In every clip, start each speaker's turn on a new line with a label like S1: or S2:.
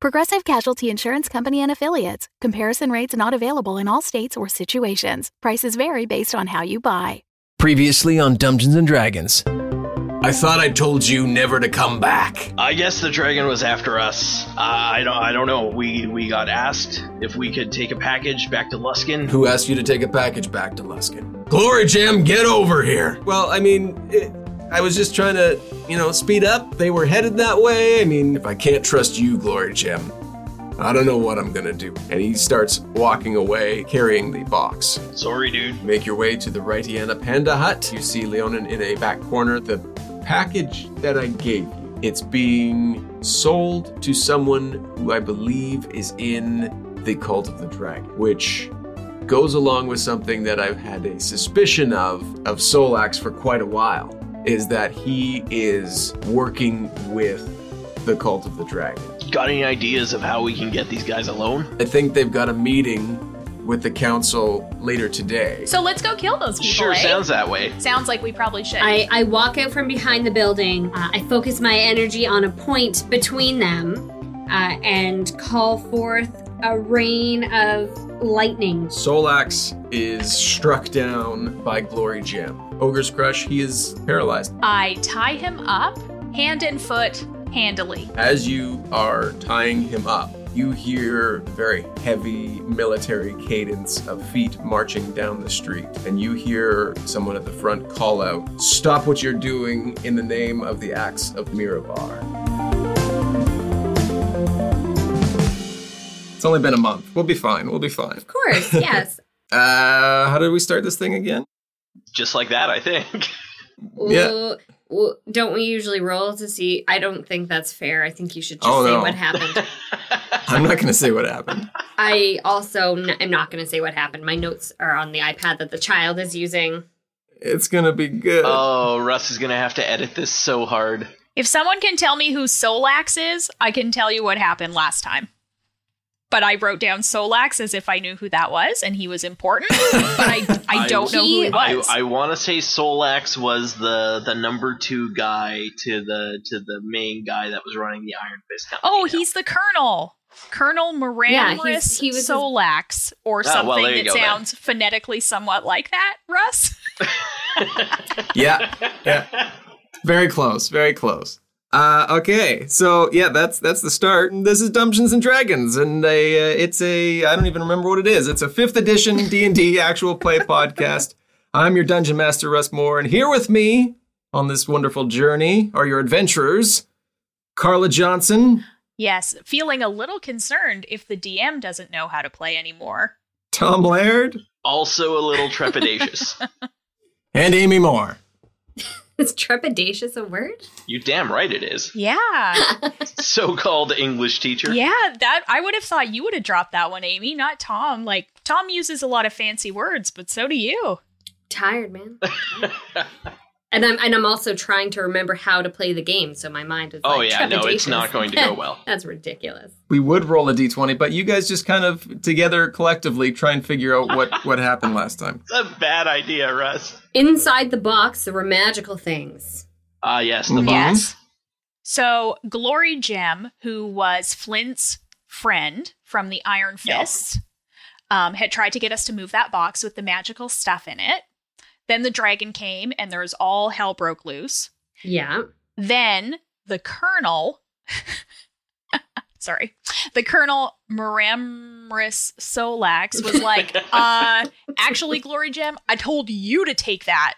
S1: Progressive Casualty Insurance Company and Affiliates. Comparison rates not available in all states or situations. Prices vary based on how you buy.
S2: Previously on Dungeons and Dragons. I thought I told you never to come back.
S3: I guess the dragon was after us. Uh, I don't. I don't know. We we got asked if we could take a package back to Luskin.
S2: Who asked you to take a package back to Luskin? Glory Jim, get over here.
S4: Well, I mean, it, I was just trying to, you know, speed up. They were headed that way. I mean,
S2: If I can't trust you, Glory Jim, I don't know what I'm gonna do.
S4: and he starts walking away carrying the box.
S3: Sorry, dude.
S4: Make your way to the Rightiana Panda Hut. You see Leonin in a back corner. The package that I gave you, it's being sold to someone who I believe is in the Cult of the Dragon, which goes along with something that I've had a suspicion of of Solax for quite a while is that he is working with the Cult of the Dragon.
S3: Got any ideas of how we can get these guys alone?
S4: I think they've got a meeting with the council later today.
S5: So let's go kill those people.
S3: Sure,
S5: eh?
S3: sounds that way.
S5: Sounds like we probably should.
S6: I, I walk out from behind the building. Uh, I focus my energy on a point between them uh, and call forth a rain of lightning.
S4: Solax is struck down by Glory Gem. Ogre's Crush, he is paralyzed.
S5: I tie him up, hand and foot, handily.
S4: As you are tying him up, you hear very heavy military cadence of feet marching down the street, and you hear someone at the front call out, Stop what you're doing in the name of the Axe of Mirabar. It's only been a month. We'll be fine. We'll be fine.
S6: Of course, yes.
S4: Uh, how did we start this thing again?
S3: Just like that, I think.
S4: Yeah.
S6: Ooh, ooh, don't we usually roll to see? I don't think that's fair. I think you should just
S4: Oh,
S6: say
S4: no.
S6: what happened.
S4: I'm not going to say what happened.
S6: I also n- am not going to say what happened. My notes are on the iPad that the child is using.
S4: It's going to be good.
S3: oh, Russ is gonna have to edit this so hard.
S5: If someone can tell me who Solax is, I can tell you what happened last time. But I wrote down Solax as if I knew who that was, and he was important. but I, I don't know who he
S3: I,
S5: was.
S3: I want to say Solax was the the number two guy to the to the main guy that was running the Iron Fist. Company
S5: oh,
S3: now.
S5: he's the Colonel. Colonel
S6: Yeah,
S5: Moramris
S6: he's- he was his-
S5: Solax, or
S3: Ah,
S5: something
S3: well, there you
S5: that
S3: go then.
S5: sounds phonetically somewhat like that, Russ.
S4: yeah, yeah. Very close. Very close. Uh, okay, so yeah, that's that's the start. This is Dungeons and Dragons, and a, uh, it's a I don't even remember what it is. It's a fifth edition D and D actual play podcast. I'm your dungeon master Russ Moore, and here with me on this wonderful journey are your adventurers, Carla Johnson.
S5: Yes, feeling a little concerned if the DM doesn't know how to play anymore.
S4: Tom Laird
S3: also a little trepidatious.
S4: and Amy Moore.
S6: Is trepidatious a word?
S3: you damn right it is.
S5: Yeah.
S3: So-called English teacher.
S5: yeah, that I would have thought you would have dropped that one, Amy, not Tom. Like Tom uses a lot of fancy words, but so do you.
S6: Tired, man. and I'm and I'm also trying to remember how to play the game, so my mind is.
S3: Oh
S6: like,
S3: yeah, no, it's
S6: trepidatious.
S3: not going to go well.
S6: That's ridiculous.
S4: we would roll a d20 but you guys just kind of together collectively try and figure out what what happened last time
S3: It's a bad idea, Russ.
S6: Inside the box, there were magical things.
S3: Ah, yes, the
S4: Mhm.
S3: bomb.
S5: So Glory Gem, who was Flint's friend from the Iron
S3: Yeah.
S5: Fists, um, had tried to get us to move that box with the magical stuff in it. Then the dragon came and there was all hell broke loose.
S6: Yeah. Oh,
S5: Then the colonel, sorry, the colonel Maramris Solax was like, uh, actually, Glory Gem, I told you to take that.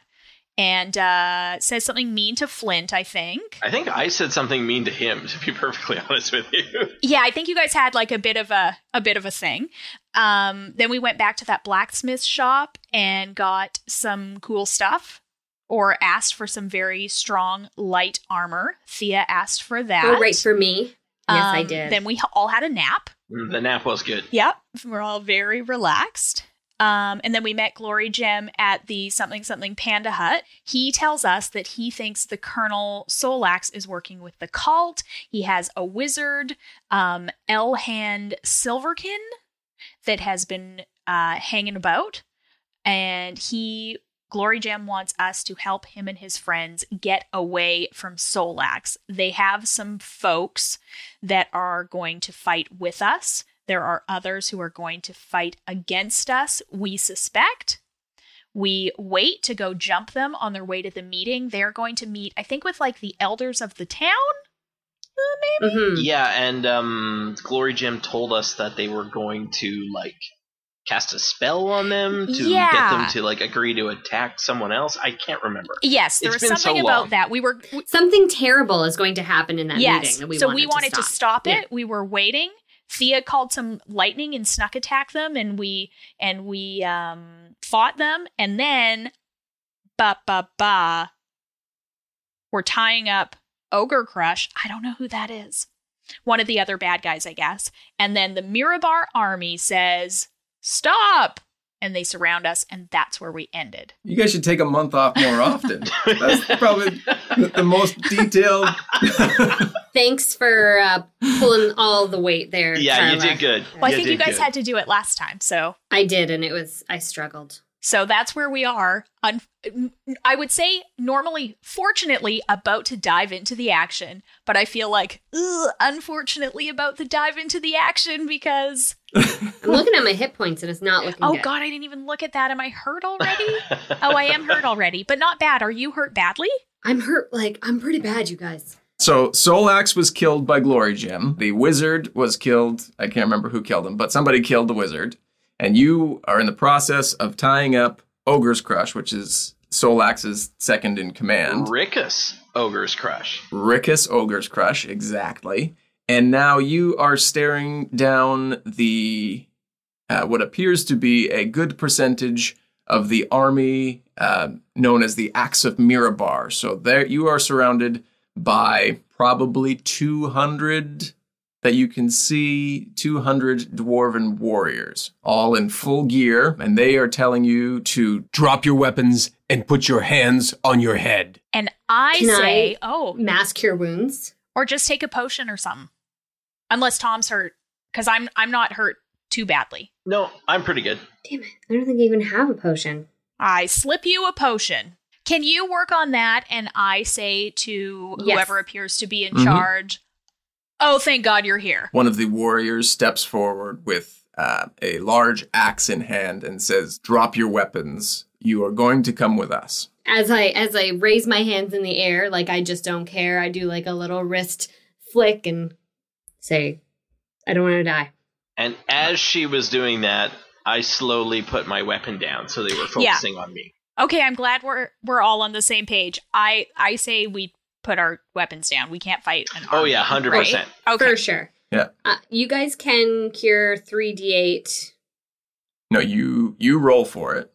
S5: And uh, says something mean to Flint, I think.
S3: I think I said something mean to him, to be perfectly honest with you.
S5: Yeah, I think you guys had like a bit of a a bit of a thing. Um, then we went back to that blacksmith shop and got some cool stuff, or asked for some very strong light armor. Thea asked for that.
S6: Oh, right for me. Yes, I
S5: Um,
S6: did.
S5: Then we h- all had a nap.
S3: The Mm, nap was good.
S5: Yep. We're all very relaxed. Um, and then we met Glory Jim at the something something Panda Hut. He tells us that he thinks the Colonel Solax is working with the cult. He has a wizard, um, Elhand Silverkin, that has been uh, hanging about. And he, Glory Jam, wants us to help him and his friends get away from Solax. They have some folks that are going to fight with us. There are others who are going to fight against us, we suspect. We wait to go jump them on their way to the meeting. They're going to meet, I think, with like the elders of the town. Uh, maybe?
S6: Mm-hmm.
S3: Yeah, and um, Glory Jim told us that they were going to like cast a spell on them to get
S5: Yeah.
S3: them to like agree to attack someone else. I can't remember.
S5: Yes, there
S3: It's
S5: was
S3: been
S5: something
S3: so
S5: about
S3: long.
S5: that. We were
S6: Something terrible is going to happen in that meeting. That we
S5: so
S6: wanted
S5: we wanted
S6: to
S5: stop,
S6: Yeah.
S5: it. We were waiting. Thea called some lightning and snuck attack them, and we and we um, fought them, and then ba ba ba. We're tying up Ogre Crush. I don't know who that is. One of the other bad guys, I guess. And then the Mirabar army says, "Stop!" and they surround us, and that's where we ended.
S4: You guys should take a month off more often. That's probably the, the most detailed.
S6: Thanks for uh, pulling all the weight there.
S3: yeah, you
S6: Carla.
S3: did good.
S5: Well, I think
S3: did
S5: you guys
S3: good.
S5: had to do it last time, so
S6: I did, and it was I struggled.
S5: So that's where we are. Un- I would say normally, fortunately, about to dive into the action, but I feel like ugh, unfortunately about to dive into the action because
S6: I'm looking at my hit points, and it's not looking.
S5: oh
S6: good.
S5: god, I didn't even look at that. Am I hurt already? oh, I am hurt already, but not bad. Are you hurt badly?
S6: I'm hurt. Like I'm pretty bad, you guys.
S4: So Solax was killed by Glory Jim. The wizard was killed. I can't remember who killed him, but somebody killed the wizard. And you are in the process of tying up Ogre's Crush, which is Solax's second in command.
S3: Rickus Ogre's Crush.
S4: Rickus Ogre's Crush, exactly. And now you are staring down the uh, what appears to be a good percentage of the army uh, known as the Axe of Mirabar. So there you are surrounded by probably 200 that you can see 200 dwarven warriors all in full gear and they are telling you to
S2: Drop your weapons and put your hands on your head.
S5: And I
S6: Can I-
S5: say, oh,
S6: Mask your wounds.
S5: or just take a potion or something. Unless Tom's hurt, because I'm I'm not hurt too badly.
S3: No, I'm pretty good.
S6: Damn it! I don't think I even have a potion.
S5: I slip you a potion. Can you work on that? And I say to
S6: Yes. Mm-hmm.
S5: whoever appears to be in
S4: Mhm.
S5: charge, Oh, thank God you're here.
S4: One of the warriors steps forward with uh, a large axe in hand and says, Drop your weapons. You are going to come with us.
S6: As I as I raise my hands in the air, like I just don't care. I do like a little wrist flick and say, "I don't want to die."
S3: And as she was doing that, I slowly put my weapon down so they were
S5: Yeah.
S3: focusing on me.
S5: Okay, I'm glad we're we're all on the same page. I I say we put our weapons down. We can't fight an
S3: Oh
S5: army,
S3: yeah, hundred percent.
S5: right? Okay.
S6: For sure.
S4: Yeah.
S6: Uh, you guys can cure three d eight.
S4: No, you you roll for it.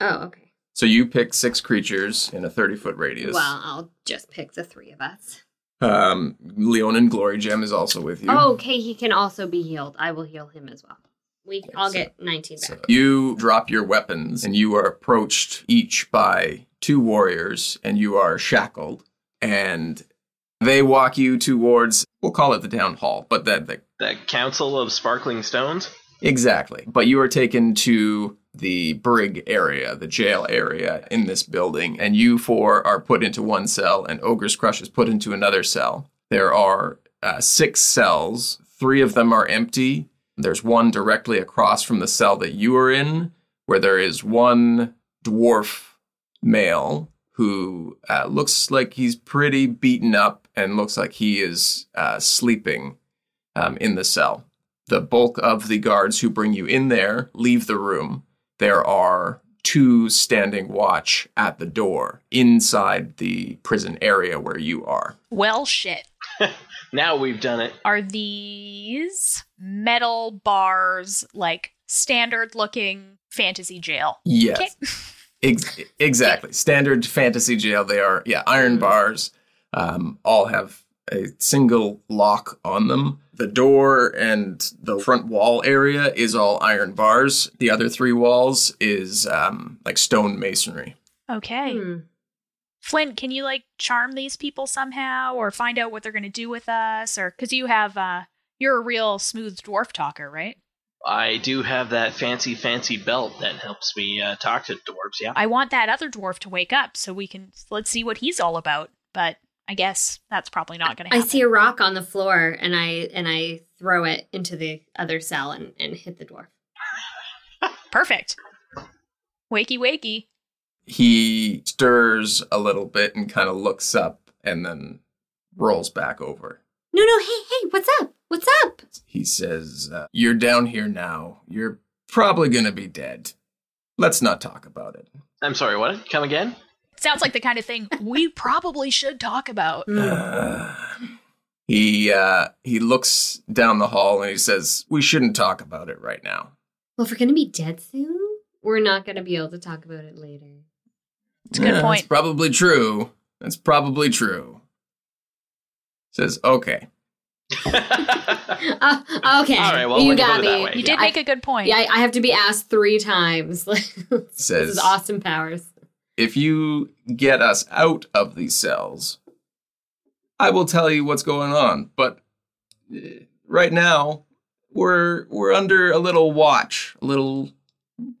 S6: Oh, okay.
S4: So you pick six creatures in a 30 foot radius.
S6: Well, I'll just pick the three of us.
S4: Um, Leon and Glory Gem is also with you.
S6: Oh, okay. He can also be healed. I will heal him as well. We, I'll
S4: so-
S6: get 19 back.
S4: So you drop your weapons and you are approached each by two warriors and you are shackled. And they walk you towards, we'll call it the town hall, but that the
S3: The Council of Sparkling Stones.
S4: Exactly. But you are taken to the brig area, the jail area in this building, and you four are put into one cell, and Ogre's Crush is put into another cell. There are uh, six cells, three of them are empty. There's one directly across from the cell that you are in, where there is one dwarf male who uh, looks like he's pretty beaten up and looks like he is uh, sleeping um, in the cell the bulk of the guards who bring you in there leave the room. There are two standing watch at the door inside the prison area where you are.
S5: Well shit.
S3: Now we've done it.
S5: Are these metal bars like standard looking fantasy jail?
S4: Yes.
S5: Okay.
S4: Ex- exactly. Standard fantasy jail. They are, yeah, iron bars. Um, all have a single lock on them. The door and the front wall area is all iron bars. The other three walls is um, like stone masonry.
S5: Okay.
S6: Hmm.
S5: Flint, can you like charm these people somehow or find out what they're going to do with us or cuz you have uh you're a real smooth dwarf talker, right?
S3: I do have that fancy, fancy belt that helps me uh, talk to dwarves. Yeah.
S5: I want that other dwarf to wake up so we can let's see what he's all about, but I guess that's probably not going to
S6: I
S5: happen.
S6: see a rock on the floor and I and I throw it into the other cell and, and hit the dwarf.
S5: Perfect. Wakey wakey.
S4: He stirs a little bit and kind of looks up and then rolls back over.
S6: No, no, hey, hey, what's up? What's up?
S4: He says, uh, You're down here now. You're probably going to be dead. Let's not talk about it.
S3: I'm sorry. What? Come again?
S5: Sounds like the kind of thing we probably should talk about.
S4: Uh,
S5: Mm.
S4: he uh, he looks down the hall and he says, "We shouldn't talk about it right now."
S6: Well, if we're gonna be dead soon, we're not gonna be able to talk about it later.
S5: It's a good
S4: That's
S5: point.
S4: probably true. That's probably true. Says, "Okay."
S6: Uh, okay.
S3: All right, well,
S6: you
S3: we can
S6: got
S3: put it that
S6: me.
S3: way.
S5: You did make a good
S6: I,
S5: point.
S6: yeah, I I have to be asked three times. this
S4: Says,
S6: is Austin Powers.
S4: "If you get us out of these cells, I will tell you what's going on. But eh, right now, we're we're under a little watch. A little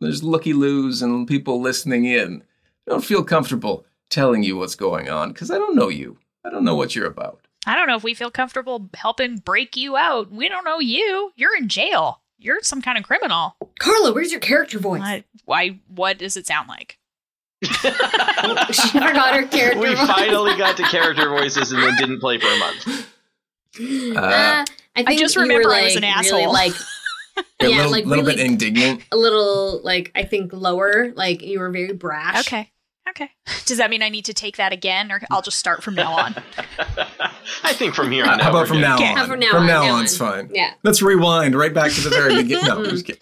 S4: there's looky loos and people listening in. I don't feel comfortable telling you what's going on because I don't know you. I don't know what you're about.
S5: I don't know if we feel comfortable helping break you out. We don't know you. You're in jail. You're some kind of criminal.
S6: Carla, where's your character voice?
S5: Why? Why? What does it sound like?
S6: She forgot her character
S3: we
S6: voice.
S3: finally got to character voices and then didn't play for a month.
S6: Uh, I, think
S5: just
S6: you were,
S5: remember I was
S6: like,
S5: an
S6: Really,
S5: asshole.
S6: like
S4: A
S6: Yeah,
S4: little,
S6: like,
S4: little
S6: really-
S4: bit indignant.
S6: a little, like I think lower. Like you were very brash.
S5: Okay. Okay. Does that mean I need to take that again, or I'll just start from now on?
S3: I think from here on
S4: How
S3: out
S4: about
S3: we're
S4: from
S3: good.
S4: now
S5: Okay.
S4: on?
S6: How from now on, now
S4: on's fine.
S6: Yeah.
S4: Let's rewind right back to the very beginning. No, I'm just kidding.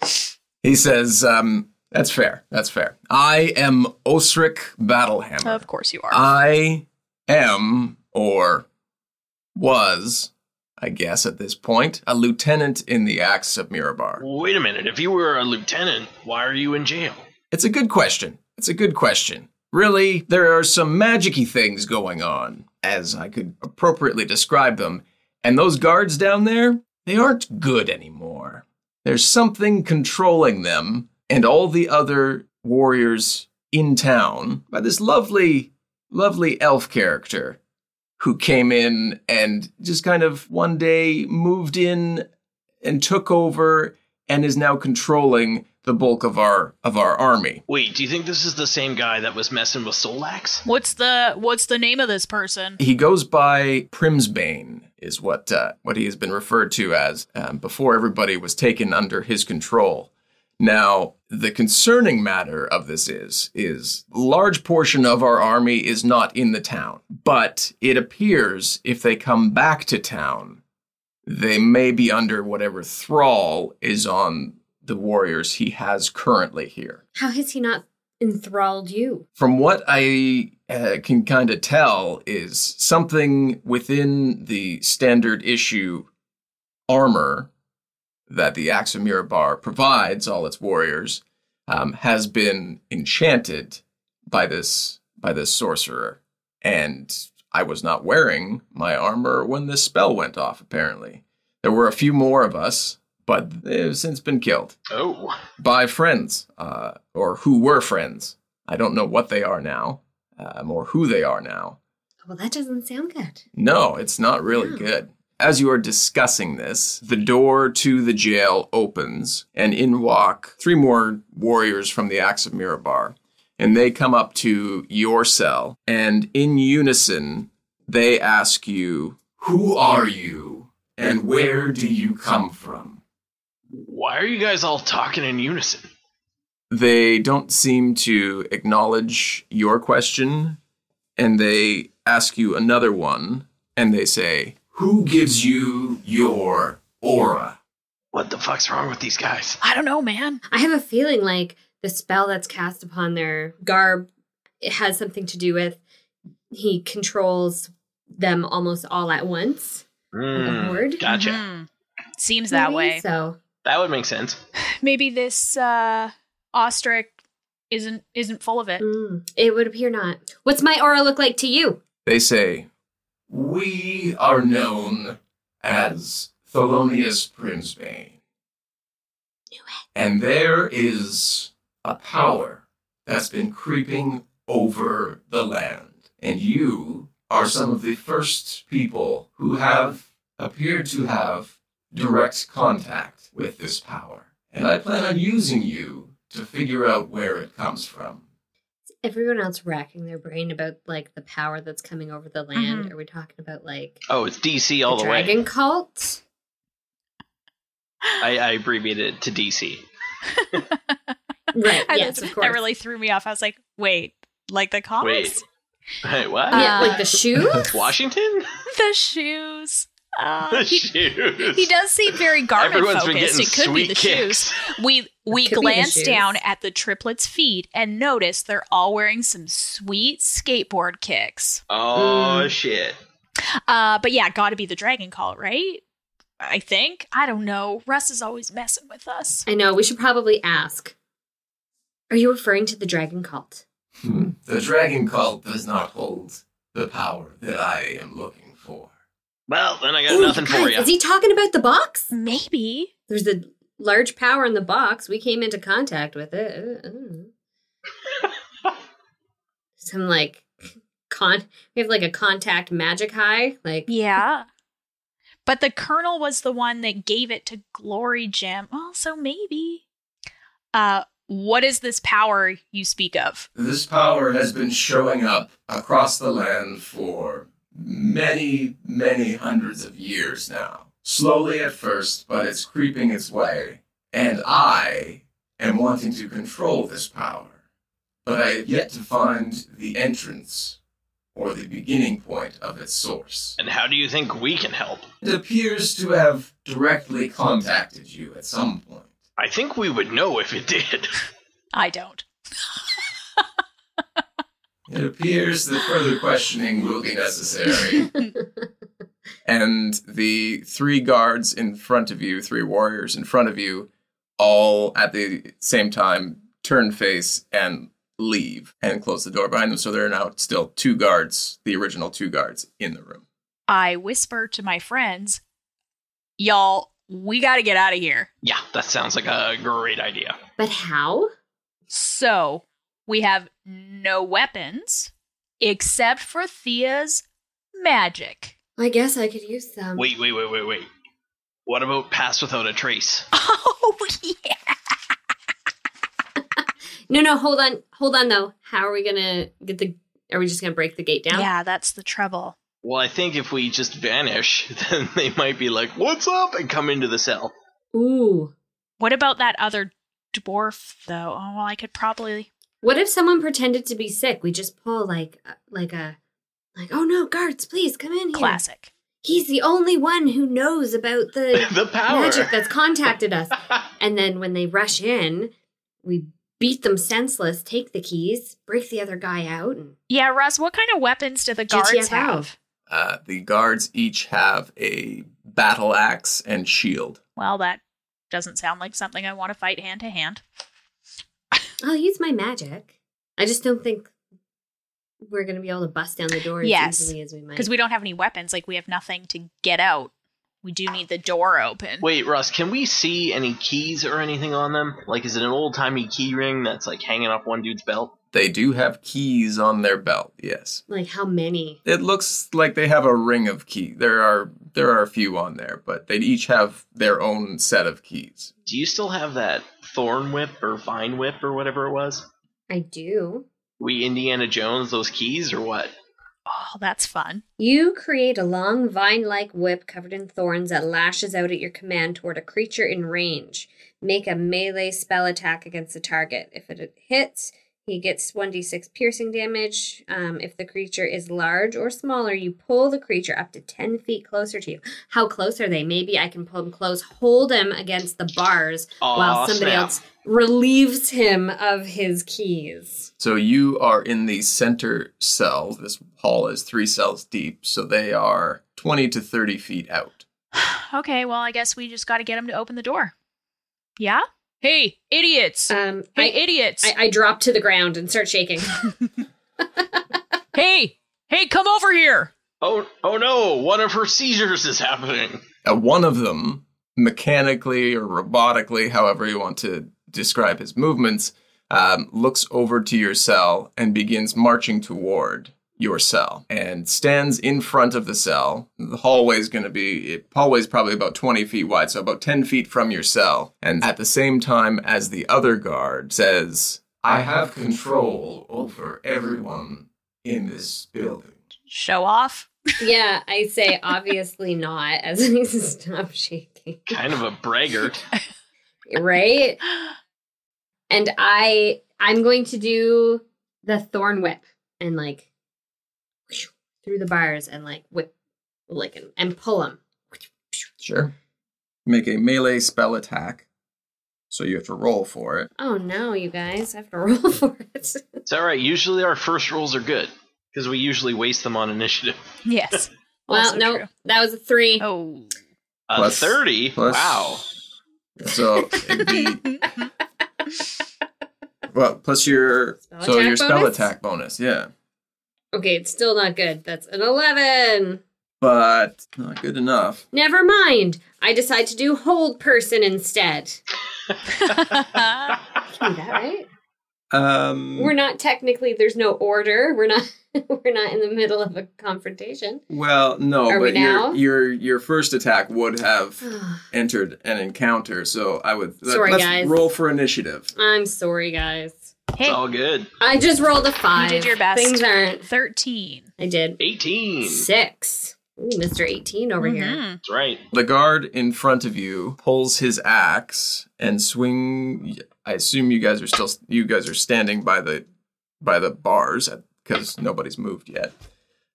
S4: He says, um, "That's fair. That's fair. I am Osric Battlehammer.
S5: of course you are.
S3: Uh,
S4: I am, or was, I guess at this point, a lieutenant in the Axe of Mirabar.
S3: Wait a minute. If you were a lieutenant, why are you in jail?
S4: It's a good question. It's a good question. Really, there are some magicy things going on, as I could appropriately describe them. And those guards down there, they aren't good anymore. There's something controlling them and all the other warriors in town by this lovely, lovely elf character who came in and just kind of one day moved in and took over and is now controlling the bulk of our of our army.
S3: Wait, do you think this is the same guy that was messing with Solax?
S5: what's the What's the name of this person?
S4: He goes by Primsbane, is what uh, what he has been referred to as um, before everybody was taken under his control. Now, the concerning matter of this is is large portion of our army is not in the town, but it appears if they come back to town, they may be under whatever thrall is on the warriors he has currently here.
S6: How has he not enthralled you?
S4: from what I uh, can kind of tell, is something within the standard issue armor that the Axe of Mirabar provides all its warriors um, has been enchanted by this by this sorcerer, and I was not wearing my armor when this spell went off. Apparently, there were a few more of us, but they've since been killed
S3: Oh.
S4: by friends uh, or who were friends. I don't know what they are now um, or who they are now.
S6: Well, that doesn't sound good.
S4: No, it's not really
S6: Yeah.
S4: good. As you are discussing this, the door to the jail opens, and in walk three more warriors from the Axe of Mirabar. And they come up to your cell, and in unison, they ask you, Who are you, and where do you come from?
S3: Why are you guys all talking in unison?
S4: they don't seem to acknowledge your question and they ask you another one and they say who gives you your aura
S3: What the fuck's wrong with these guys?
S5: I don't know, man.
S6: I have a feeling like the spell that's cast upon their garb it has something to do with he controls them almost all at once.
S3: Mm,
S6: Lord.
S3: Gotcha.
S5: Hmm. Seems that
S6: Maybe
S5: way.
S6: So
S3: That would make sense.
S5: Maybe this uh ostrich isn't isn't full of it.
S6: mm, it would appear not. What's my aura look like to you?
S4: They say, We are known as Thelonious Primsbane. And there is a power that's been creeping over the land. And you are some of the first people who have appeared to have direct contact with this power. And I plan on using you to figure out where it comes from.
S6: Everyone else racking their brain about like the power that's coming over the land.
S5: Mm-hmm.
S6: Are we talking about like
S3: Oh, it's DC all
S6: the
S3: the
S6: dragon
S3: way.
S6: cult?
S3: I, I abbreviated it to DC.
S6: Right.
S5: I-
S6: yes,
S5: that,
S6: of course.
S5: that really threw me off. I was like, wait, like the comics?
S3: Wait, what?
S5: Uh,
S6: yeah, like the shoes.
S3: Washington?
S5: The shoes. Uh,
S3: The
S5: he,
S3: shoes.
S5: he does seem very garment
S3: Everyone's been
S5: focused.
S3: getting
S5: It could
S3: sweet
S5: be the
S3: kicks.
S5: shoes. We we
S6: could be the
S5: glance
S6: shoes.
S5: down at the triplets' feet and notice they're all wearing some sweet skateboard kicks.
S3: Oh
S6: Mm.
S3: shit.
S5: Uh, but yeah, got to be the dragon call, right? I think. I don't know. Russ is always messing with us.
S6: I know. We should probably ask. Are you referring to the dragon cult?
S4: Hmm. The dragon cult does not hold the power that I am looking for.
S3: Well, then I got
S6: Ooh,
S3: nothing for
S6: guys,
S3: you.
S6: Is he talking about the box?
S5: Maybe.
S6: There's a large power in the box. We came into contact with it. Uh, uh. Some like con. We have like a contact magic high. Like
S5: Yeah. But the colonel was the one that gave it to Glory Gem. Well, so maybe. Uh, what is this power you speak of?
S4: This power has been showing up across the land for many, many hundreds of years now. Slowly at first, but it's creeping its way. And I am wanting to control this power. But I have yet to find the entrance or the beginning point of its source.
S3: And how do you think we can help?
S4: It appears to have directly contacted you at some point.
S3: I think we would know if it did.
S5: I don't.
S4: It appears that further questioning will be necessary.
S7: and the three guards in front of you, three warriors in front of you, all at the same time turn face and leave and close the door behind them. So there are now still two guards, the original two guards in the room.
S5: I whisper to my friends, y'all, we got to get out of here.
S3: yeah, that sounds like a great idea.
S6: But how?
S5: So we have no weapons except for Thea's magic.
S6: I guess I could use some.
S3: Wait, wait, wait, wait, wait. What about pass without a trace?
S5: Oh, yeah.
S6: No, no, hold on, hold on though. How are we gonna get the? Are we just gonna break the gate down?
S5: Yeah, that's the trouble.
S3: Well, I think if we just vanish, then they might be like, "What's up?" and come into the cell.
S6: Ooh.
S5: What about that other dwarf, though? Oh, well, I could probably.
S6: What if someone pretended to be sick? We just pull like, uh, like a, like, oh no, guards, please come in here.
S5: Classic.
S6: He's the only one who knows about the
S3: the power.
S6: magic that's contacted us. And then when they rush in, we beat them senseless, take the keys, break the other guy out, and
S5: Yeah, Russ, what kind of weapons do the guards
S6: GTFO.
S5: have?
S7: Uh, the guards each have a battle axe and shield.
S5: Well, that doesn't sound like something I want to fight hand to hand.
S6: I'll use my magic. I just don't think we're gonna be able to bust down the door as
S5: Yes,
S6: easily as we might.
S5: Because we don't have any weapons. Like, we have nothing to get out. We do need the door open.
S3: Wait, Russ, can we see any keys or anything on them? Like, is it an old timey key ring that's like hanging off one dude's belt?
S7: They do have keys on their belt, yes.
S6: like how many?
S7: It looks like they have a ring of key. There are there are a few on there, but they each have their own set of keys.
S3: Do you still have that thorn whip or vine whip or whatever it was?
S6: I do.
S3: We Indiana Jones those keys or what?
S5: Oh, that's fun.
S6: You create a long vine like whip covered in thorns that lashes out at your command toward a creature in range. Make a melee spell attack against the target. If it hits, he gets 1d6 piercing damage. Um, if the creature is large or smaller, you pull the creature up to 10 feet closer to you. How close are they? Maybe I can pull him close, hold him against the bars
S3: Aw,
S6: while somebody
S3: snap.
S6: else relieves him of his keys.
S7: So you are in the center cell. This hall is three cells deep, so they are 20 to 30 feet out.
S5: okay, well, I guess we just got to get him to open the door. Yeah? Hey, idiots!
S6: Um,
S5: hey,
S6: I,
S5: idiots!
S6: I, I drop to the ground and start shaking.
S5: hey! Hey, come over here!
S3: Oh, oh no! One of her seizures is happening.
S4: Uh, one of them, mechanically or robotically, however you want to describe his movements, um, looks over to your cell and begins marching toward your cell and stands in front of the cell. The hallway is going to be, it, hallway's probably about 20 feet wide, so about 10 feet from your cell. And at the same time as the other guard says, I have control over everyone in this building.
S5: Show off.
S6: yeah, I say obviously not as I stop shaking.
S3: Kind of a braggart.
S6: Right? And I I'm going to do the thorn whip and like through the bars and like whip like and, and pull him.
S4: Sure. Make a melee spell attack. So you have to roll for it.
S6: Oh no, you guys, I have to roll for it.
S3: it's all right. Usually our first rolls are good because we usually waste them on initiative.
S5: Yes.
S6: well,
S5: Also
S6: no,
S5: true.
S6: that was a three.
S5: Oh.
S3: A
S4: Plus-
S3: Uh, thirty.
S4: plus-
S3: Wow.
S4: So it'd be well plus your
S6: Spell
S4: so
S6: attack
S4: your spell
S6: bonus?
S4: attack bonus, yeah.
S6: Okay, it's still not good. That's an eleven.
S4: But not good enough.
S6: Never mind. I decide to do hold person instead. Is that right?
S4: Um
S6: We're not technically. There's no order. We're not. We're not in the middle of a confrontation.
S4: well no,
S6: Are we
S4: but your
S6: now?
S4: your your first attack would have entered an encounter, so I would let-
S6: Sorry,
S4: let's
S6: guys.
S4: roll for initiative.
S6: I'm sorry, guys.
S3: It's
S5: hey,
S3: all good.
S6: I just rolled a five.
S5: did your best.
S6: Things aren't.
S5: 13.
S6: I did
S3: Eighteen.
S6: six. Ooh, Mr. 18 over here.
S5: Mhm.
S3: That's right.
S4: The guard in front of you pulls his axe and swing. I assume you guys are still you guys are standing by the by the bars because nobody's moved yet.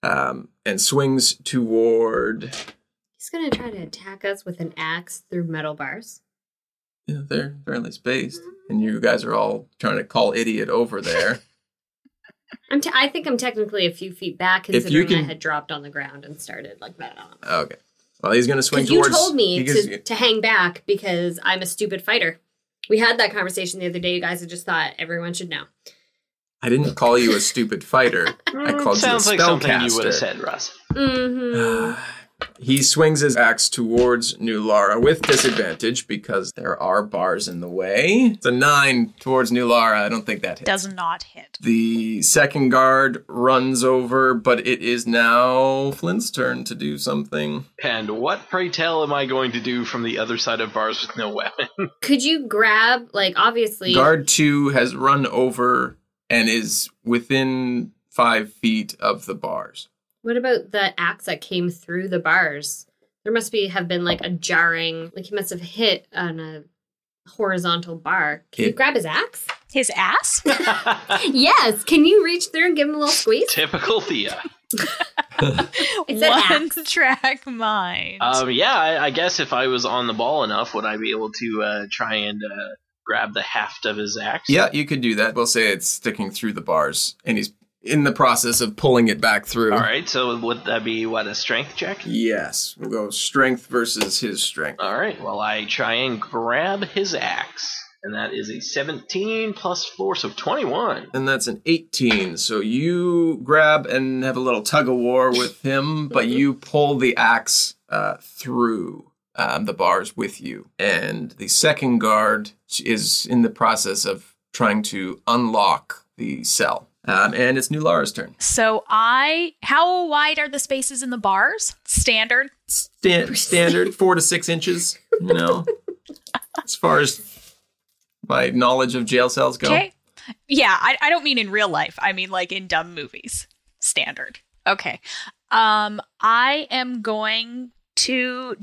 S4: Um, and swings toward
S6: He's gonna try to attack us with an axe through metal bars.
S4: yeah, they're fairly spaced, and you guys are all trying to call idiot over there.
S6: I'm. T- I think I'm technically a few feet back,
S4: If you
S6: considering I
S4: can-
S6: had dropped on the ground and started like that.
S4: Oh, Okay, well he's gonna swing
S6: Because you
S4: towards.
S6: told me
S4: he gives
S6: to,
S4: you-
S6: to hang back because I'm a stupid fighter. We had that conversation the other day, you guys. I just thought everyone should know.
S4: I didn't call you a stupid fighter. I called you a
S3: Sounds like something you
S4: spellcaster.
S3: would have said, Russ.
S6: hmm
S4: He swings his axe towards New Lara with disadvantage because there are bars in the way. It's a nine towards New Lara. I don't think that hits.
S5: Does not hit.
S4: The second guard runs over, but it is now Flint's turn to do something.
S3: And what, pray tell, am I going to do from the other side of bars with no weapon?
S6: Could you grab, like, obviously,
S4: Guard two has run over and is within five feet of the bars.
S6: what about the axe that came through the bars? There must be have been like a jarring, like he must have hit on a horizontal bar. Can you
S4: It-
S6: grab his axe?
S5: His ass?
S6: Yes. Can you reach through and give him a little squeeze?
S3: Typical Thea.
S6: It's an
S5: One
S6: axe.
S5: track mind.
S3: Um, yeah, I, I guess if I was on the ball enough, would I be able to uh, try and uh, grab the haft of his axe?
S4: Yeah, you could do that. We'll say it's sticking through the bars, and he's in the process of pulling it back through.
S3: All right. So would that be what a strength check?
S4: Yes, we'll go strength versus his strength.
S3: All right. Well, I try and grab his axe, and that is a 17 plus four, so 21.
S4: And that's an 18. So you grab and have a little tug of war with him, but you pull the axe uh, through um, the bars with you. And the second guard is in the process of trying to unlock the cell. Um, and it's New Lara's turn.
S5: so I. How wide are the spaces in the bars? Standard.
S4: Stan- standard, four to six inches, you know, as far as my knowledge of jail cells go.
S5: Okay. Yeah, I, I don't mean in real life. I mean like in dumb movies. Standard. Okay. Um, I am going to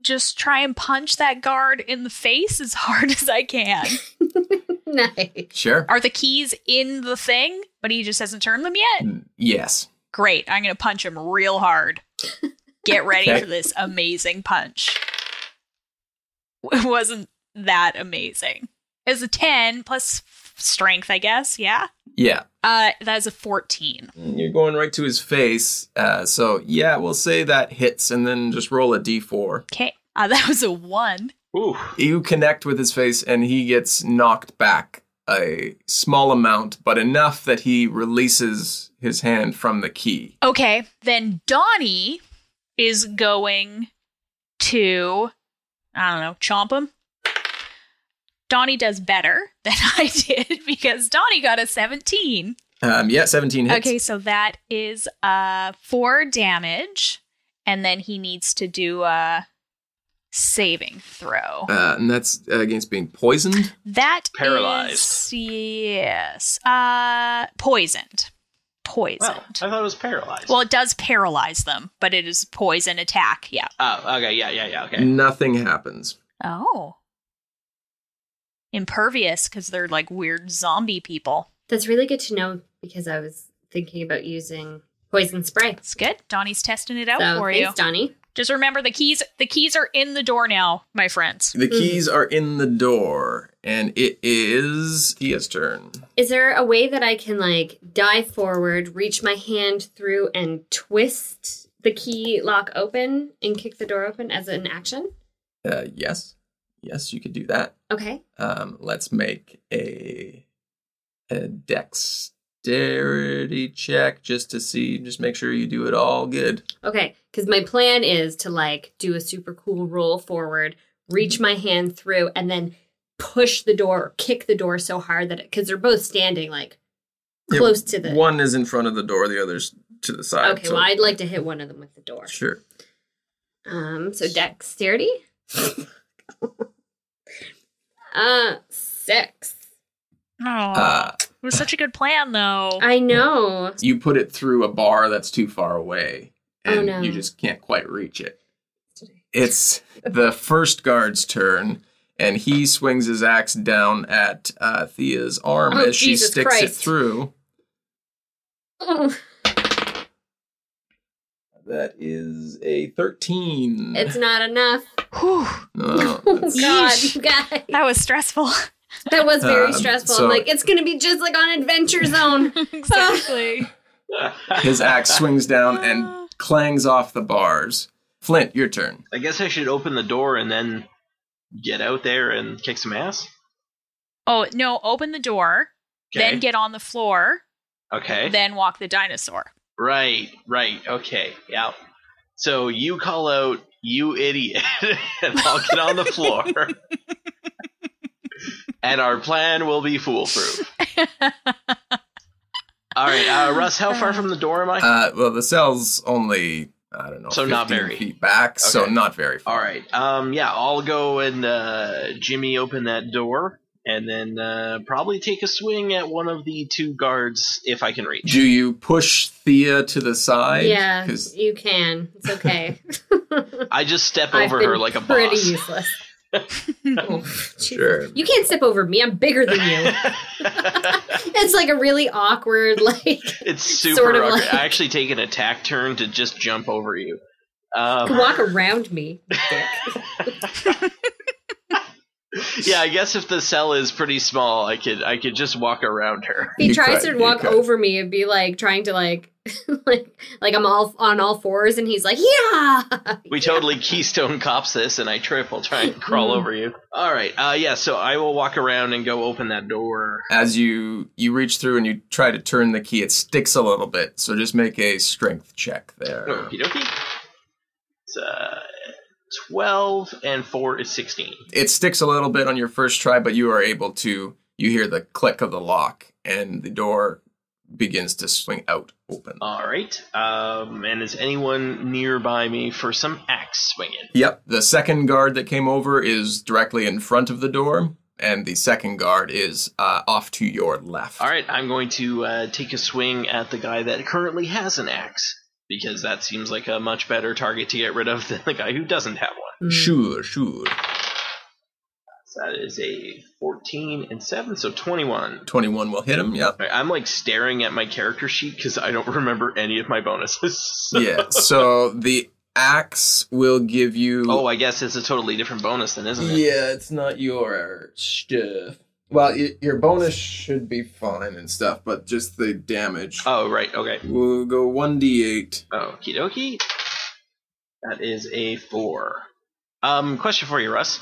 S5: just try and punch that guard in the face as hard as I can.
S6: nice.
S4: Sure.
S5: Are the keys in the thing? But he just hasn't turned them yet.
S4: Hmm. Yes.
S5: Great. I'm going to punch him real hard. Get ready
S4: Okay.
S5: for this amazing punch. Wasn't that amazing? It's a 10 plus strength, I guess. Yeah.
S4: Yeah.
S5: Uh, that is a 14.
S4: Mm, You're going right to his face. Uh, so, yeah, we'll say that hits and then just roll a d4.
S5: Okay. Uh, that was a one.
S3: Ooh.
S4: You connect with his face and he gets knocked back a small amount, but enough that he releases his hand from the key.
S5: Okay. Then Donnie is going to, I don't know, chomp him. Donnie does better than I did because Donnie got a 17.
S4: Um, yeah, 17 hits.
S5: Okay, so that is uh four damage, and then he needs to do a saving throw.
S4: Uh, and that's uh, against being poisoned.
S5: That is-
S3: Paralyzed.
S5: yes. Uh poisoned.
S3: Well,
S5: Poisoned.
S3: I thought it was paralyzed.
S5: Well, it does paralyze them, but it is poison attack. Yeah.
S3: oh, okay, yeah, yeah, yeah, okay.
S4: Nothing happens.
S5: Oh. Impervious because they're like weird zombie people.
S6: That's really good to know because I was thinking about using poison spray.
S5: It's good. Donnie's testing it out
S6: so
S5: for
S6: thanks,
S5: you.
S6: Donnie.
S5: Just remember the keys. The keys are in the door now, my friends.
S4: The keys are in the door, and it is Kia's turn.
S6: Is there a way that I can like dive forward, reach my hand through, and twist the key lock open and kick the door open as an action?
S4: Uh, yes, yes, you could do that.
S6: Okay.
S4: Um, let's make a a dexterity check just to see, just make sure you do it all good.
S6: Okay. Because my plan is to like do a super cool roll forward, reach my hand through, and then push the door, or kick the door so hard that it, because they're both standing like
S4: Yeah,
S6: close to the.
S4: One is in front of the door, the other's to the side.
S6: okay.
S4: so-
S6: Well, I'd like to hit one of them with the door.
S4: sure.
S6: Um, so dexterity. uh, six.
S5: Oh,
S4: Uh,
S5: it was such a good plan, though.
S6: I know.
S4: you put it through a bar that's too far away,
S6: Oh,
S4: and
S6: no.
S4: you just can't quite reach it. It's the first guard's turn, and he swings his axe down at uh, Thea's arm
S6: Oh,
S4: as she
S6: Jesus
S4: sticks it
S6: Christ.
S4: through.
S6: Oh,
S4: That is a 13.
S6: it's not enough.
S5: Whew,
S4: No,
S6: Oh
S4: that's-
S6: God,
S5: Yeesh.
S6: you guys,
S5: that was stressful.
S6: that was very
S4: Um,
S6: stressful.
S4: so-
S6: I'm like, it's gonna be just like on Adventure Zone.
S5: exactly.
S4: his axe swings down and clangs off the bars. Flint, your turn.
S3: I guess I should open the door and then get out there and kick some ass.
S5: Oh no! Open the door,
S3: Okay.
S5: then get on the floor,
S3: okay.
S5: then walk the dinosaur.
S3: Right, right, okay, yeah. So you call out, you idiot, and I'll get on the floor. and our plan will be foolproof. All right, uh, Russ, how far from the door am I?
S4: Uh, well, the cell's only, I don't know,
S3: So not
S4: 15
S3: very.
S4: feet back, so
S3: Okay.
S4: not very far.
S3: All right, um, yeah, I'll go and uh, Jimmy open that door and then uh, probably take a swing at one of the two guards if I can reach.
S4: Do you push Thea to the side?
S6: yeah,
S4: 'Cause-
S6: you can. It's okay.
S3: I just step
S6: I've
S3: over
S6: been
S3: her like a
S6: pretty
S3: boss.
S6: useless. Oof, Jesus.
S4: Sure.
S6: You can't step over me. I'm bigger than you. it's like a really awkward, like
S3: It's super
S6: Sort of
S3: awkward.
S6: like-
S3: I actually take an attack turn to just jump over you. Um,
S6: could walk around me. Dick.
S3: yeah, I guess if the cell is pretty small, I could I could just walk around her.
S6: He
S4: You
S6: tries
S4: could, you
S6: to walk
S4: could.
S6: over me and be like trying to like like like I'm all on all fours and he's like, Yeah
S3: We totally Keystone cops this, and I trip. I'll try and crawl
S6: Mm-hmm.
S3: over you. All right. Uh, yeah. So I will walk around and go open that door.
S4: As you you reach through and you try to turn the key, it sticks a little bit. So just make a strength check there.
S3: Okie dokie. It's uh, twelve and four is sixteen.
S4: It sticks a little bit on your first try, but you are able to. You hear the click of the lock, and the door begins to swing out open.
S3: All right. Um, and is anyone nearby me for some axe swinging?
S4: Yep. The second guard that came over is directly in front of the door, and the second guard is uh, off to your left.
S3: All right, I'm going to uh, take a swing at the guy that currently has an axe because that seems like a much better target to get rid of than the guy who doesn't have one.
S6: Hmm.
S4: Sure, sure.
S3: So that is a 14 and 7, so 21. All
S4: 21 will hit him. Yep.
S3: right, I'm like staring at my character sheet because I don't remember any of my bonuses.
S4: yeah. So the axe will give you.
S3: oh, I guess it's a totally different bonus then, isn't it?
S4: yeah, it's not your stuff. Well, y- your bonus should be fine and stuff, but just the damage.
S3: Oh, right. Okay.
S4: We'll go 1d8.
S3: Okie dokie. That is a four. Um, question for you, Russ.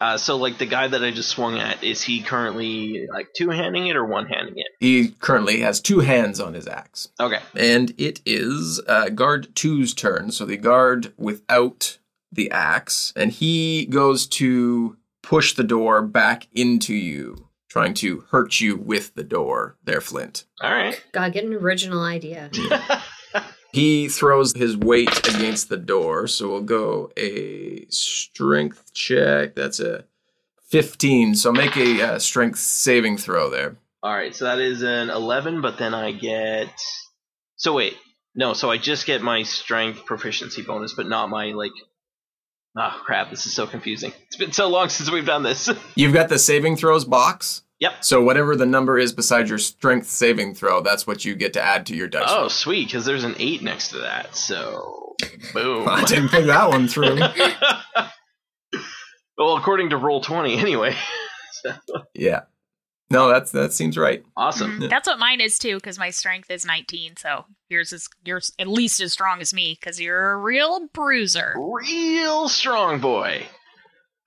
S3: Uh, so like the guy that I just swung at, is he currently like two handing it or one handing it?
S4: He currently has two hands on his axe.
S3: Okay.
S4: And it is uh, guard two's turn. So the guard without the axe. And he goes to push the door back into you, trying to hurt you with the door there, Flint.
S3: All right.
S6: God, get an original idea.
S4: He throws his weight against the door. So we'll go a strength check. That's a 15. So make a uh, strength saving throw there.
S3: All right. So that is an eleven, but then I get. So wait, no. So I just get my strength proficiency bonus, but not my like. Ah, crap! This is so confusing. It's been so long since we've done this.
S4: You've got the saving throws box.
S3: Yep.
S4: So whatever the number is beside your strength saving throw, that's what you get to add to your dice.
S3: Oh, sweet, because there's an eight next to that. So, boom.
S4: I didn't think that one through.
S3: well, according to roll twenty, anyway.
S4: yeah. No, that's that seems right.
S3: Awesome.
S5: Mhm. That's what mine is too, because my strength is 19. So yours is yours at least as strong as me, because you're a real bruiser.
S3: Real strong boy.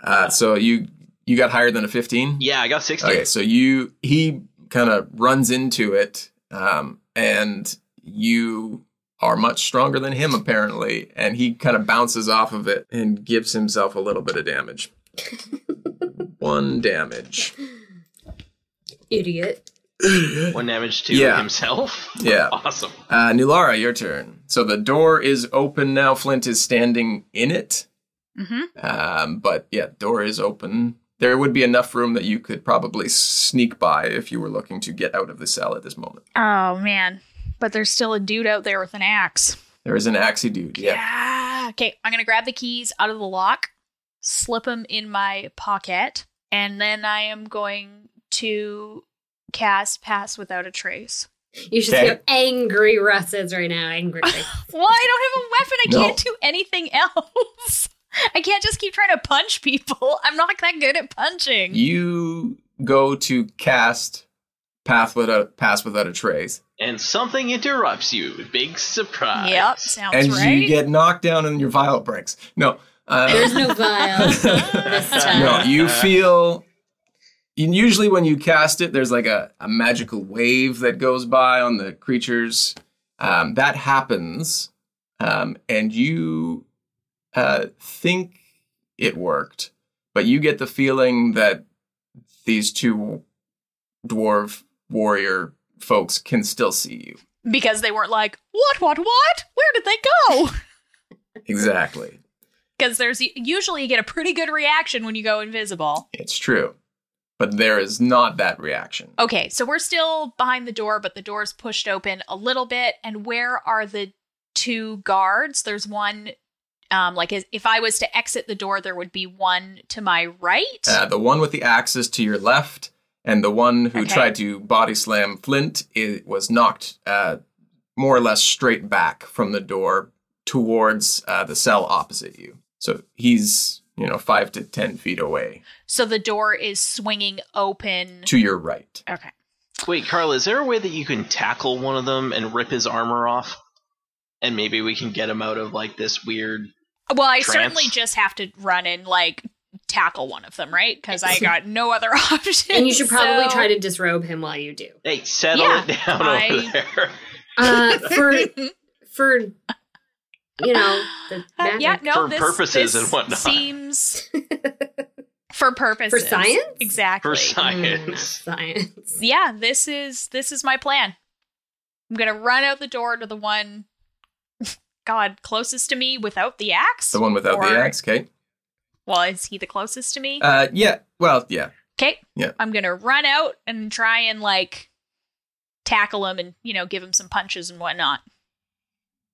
S4: Uh, so you you got higher than a 15?
S3: Yeah, I got sixteen.
S4: Okay, so you he kind of runs into it um and you are much stronger than him apparently and he kind of bounces off of it and gives himself a little bit of damage. one damage.
S6: Idiot.
S3: One damage to
S4: Yeah.
S3: himself.
S4: Yeah.
S3: Awesome.
S4: Uh, Nilara, your turn. So the door is open now. Flint is standing in it.
S5: Mm-hmm.
S4: Um, but yeah, door is open. There would be enough room that you could probably sneak by if you were looking to get out of the cell at this moment.
S5: Oh man, but there's still a dude out there with an axe.
S4: There is an axie dude. Yeah.
S5: Ah, okay, I'm gonna grab the keys out of the lock, slip them in my pocket, and then I am going to cast Pass Without a Trace.
S6: You should
S4: Okay.
S6: see how angry Russ is right now. Angry.
S5: Well, I don't have a weapon. I
S4: No.
S5: can't do anything else. I can't just keep trying to punch people. I'm not that good at punching.
S4: You go to cast Path Without, Pass Without a Trace,
S3: And something interrupts you. Big surprise.
S5: Yep, sounds
S4: and
S5: right.
S4: you get knocked down and your vial breaks. No. Uh,
S6: There's no vial this time.
S4: no, you feel. and Usually, when you cast it, there's like a, a magical wave that goes by on the creatures. Um, that happens, um, and you uh, think it worked, but you get the feeling that these two dwarf warrior folks can still see you.
S5: because they weren't like, what, what, what? Where did they go?
S4: Exactly.
S5: Because there's usually you get a pretty good reaction when you go invisible.
S4: It's true. But there is not that reaction.
S5: Okay, so we're still behind the door, but the door's pushed open a little bit. And where are the two guards? There's one, um, like if- if I was to exit the door, there would be one to my right.
S4: Uh, the one with the axe is to your left, and the one who
S5: Okay.
S4: tried to body slam Flint it was knocked uh, more or less straight back from the door towards uh, the cell opposite you. So he's you know five to ten feet away
S5: so the door is swinging open.
S4: to your right.
S5: okay.
S3: Wait, Carl, is there a way that you can tackle one of them and rip his armor off? And maybe we can get him out of like this weird.
S5: Well, I
S3: Trance.
S5: certainly just have to run and like tackle one of them, right? Because I got no other option.
S6: And you should probably
S5: so-
S6: try to disrobe him while you do.
S3: Hey, settle
S5: Yeah,
S3: it down over
S5: I-
S3: there.
S6: Uh, for for you know the
S5: Uh,
S6: magic.
S5: yeah, no,
S3: For
S5: this,
S3: purposes
S5: this
S3: and whatnot.
S5: Seems for purposes
S6: science?
S5: exactly.
S3: For
S6: Mm,
S3: science.
S6: science.
S5: Yeah, this is this is my plan. I'm gonna run out the door to the one, God, closest to me without the axe.
S4: The one without
S5: Or-
S4: the axe, okay?
S5: Well, is he the closest to me?
S4: Uh, yeah. Well, yeah.
S5: Okay.
S4: Yeah.
S5: I'm gonna run out and try and like tackle him and you know give him some punches and whatnot,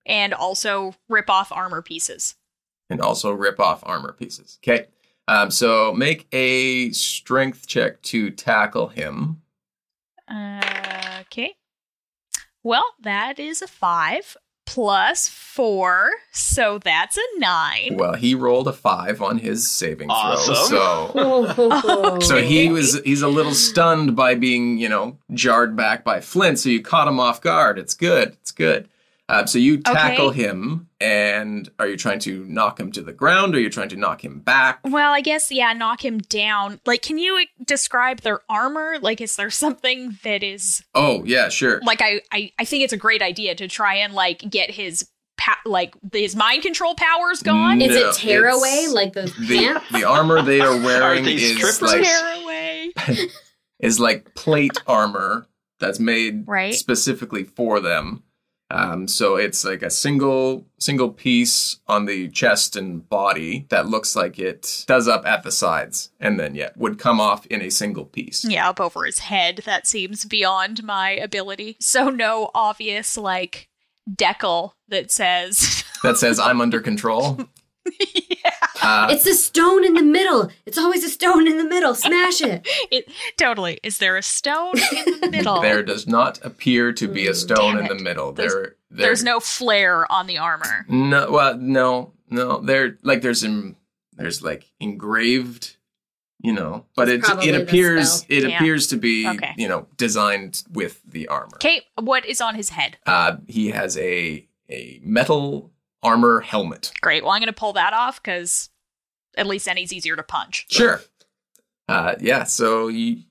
S5: and also rip off armor pieces.
S4: and also rip off armor pieces. Okay. Um, so make a strength check to tackle him.
S5: Uh, okay. Well, that is a five plus four, so that's a nine.
S4: Well, he rolled a five on his saving
S3: Awesome.
S4: throw, so
S6: Oh.
S4: so he was he's a little stunned by being you know jarred back by Flint. So you caught him off guard. It's good. It's good. Uh, so you tackle
S5: Okay.
S4: him, and are you trying to knock him to the ground, or are you trying to knock him back?
S5: Well, I guess yeah, knock him down. Like, can you like, describe their armor? Like, is there something that is
S4: Oh yeah, sure.
S5: like I I, I think it's a great idea to try and like get his pa- like his mind control powers gone.
S4: Mm.
S6: Is
S4: No,
S6: it tear away
S4: it's-
S6: like those
S4: the,
S6: pants?
S4: the armor they are wearing
S3: they
S4: is
S3: strippers?
S4: like
S5: Tear away.
S4: is like plate armor that's made
S5: Right.
S4: specifically for them. Um, so it's like a single single piece on the chest and body that looks like it does up at the sides, and then yeah, would come off in a single piece.
S5: Yeah, up over his head. That seems beyond my ability. So no obvious like decal that says
S4: That says I'm under control. Uh,
S6: It's a stone in the middle. It's always a stone in the middle. Smash it.
S5: it totally. Is there a stone in the middle? Mm.
S4: there does not appear to be a stone
S5: Damn
S4: in the
S5: it.
S4: middle.
S5: There's-
S4: there, there-
S5: There's no flare on the armor.
S4: No, well, no, no. There, like, there's in, there's like engraved, you know. But it
S6: It's probably
S4: it
S6: the
S4: appears
S6: spell.
S4: it
S5: Yeah.
S4: appears to be
S5: Okay.
S4: you know designed with the armor.
S5: Kate, what is on his head?
S4: Uh, he has a a metal armor helmet.
S5: Great. Well, I'm going to pull that off because at least then he's easier to punch.
S4: Sure. Uh, yeah. So you,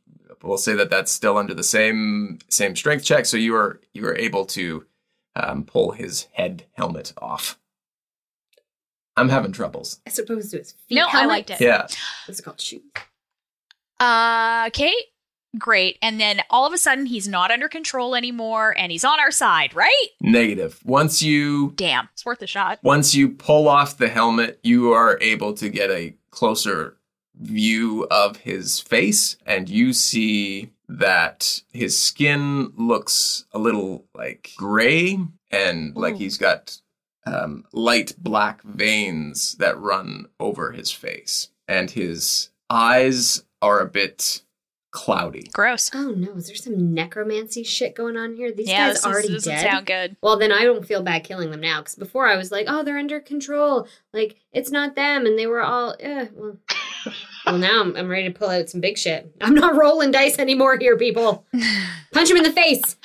S4: we'll say that that's still under the same same strength check. So you are you are able to um, pull his head helmet off. I'm having troubles.
S6: As opposed to his feet.
S5: No, I
S6: helmet.
S5: liked it.
S4: Yeah.
S6: What's it called? Shoes.
S5: Uh, Kate, great. And then all of a sudden, he's not under control anymore, and he's on our side, right?
S4: Negative. Once you
S5: Damn, it's worth a shot.
S4: Once you pull off the helmet, you are able to get a closer view of his face, and you see that his skin looks a little like gray and like he's got um, light black veins that run over his face, and his eyes are a bit cloudy.
S5: Gross.
S6: Oh no, is there some necromancy shit going on here? These
S5: yeah,
S6: guys
S5: this is-
S6: already
S5: doesn't
S6: dead.
S5: sound good.
S6: Well, then I don't feel bad killing them now because before I was like, oh, they're under control. Like, it's not them. And they were all, eh, well. well, now I'm, I'm ready to pull out some big shit. I'm not rolling dice anymore here, people. Punch him in the face.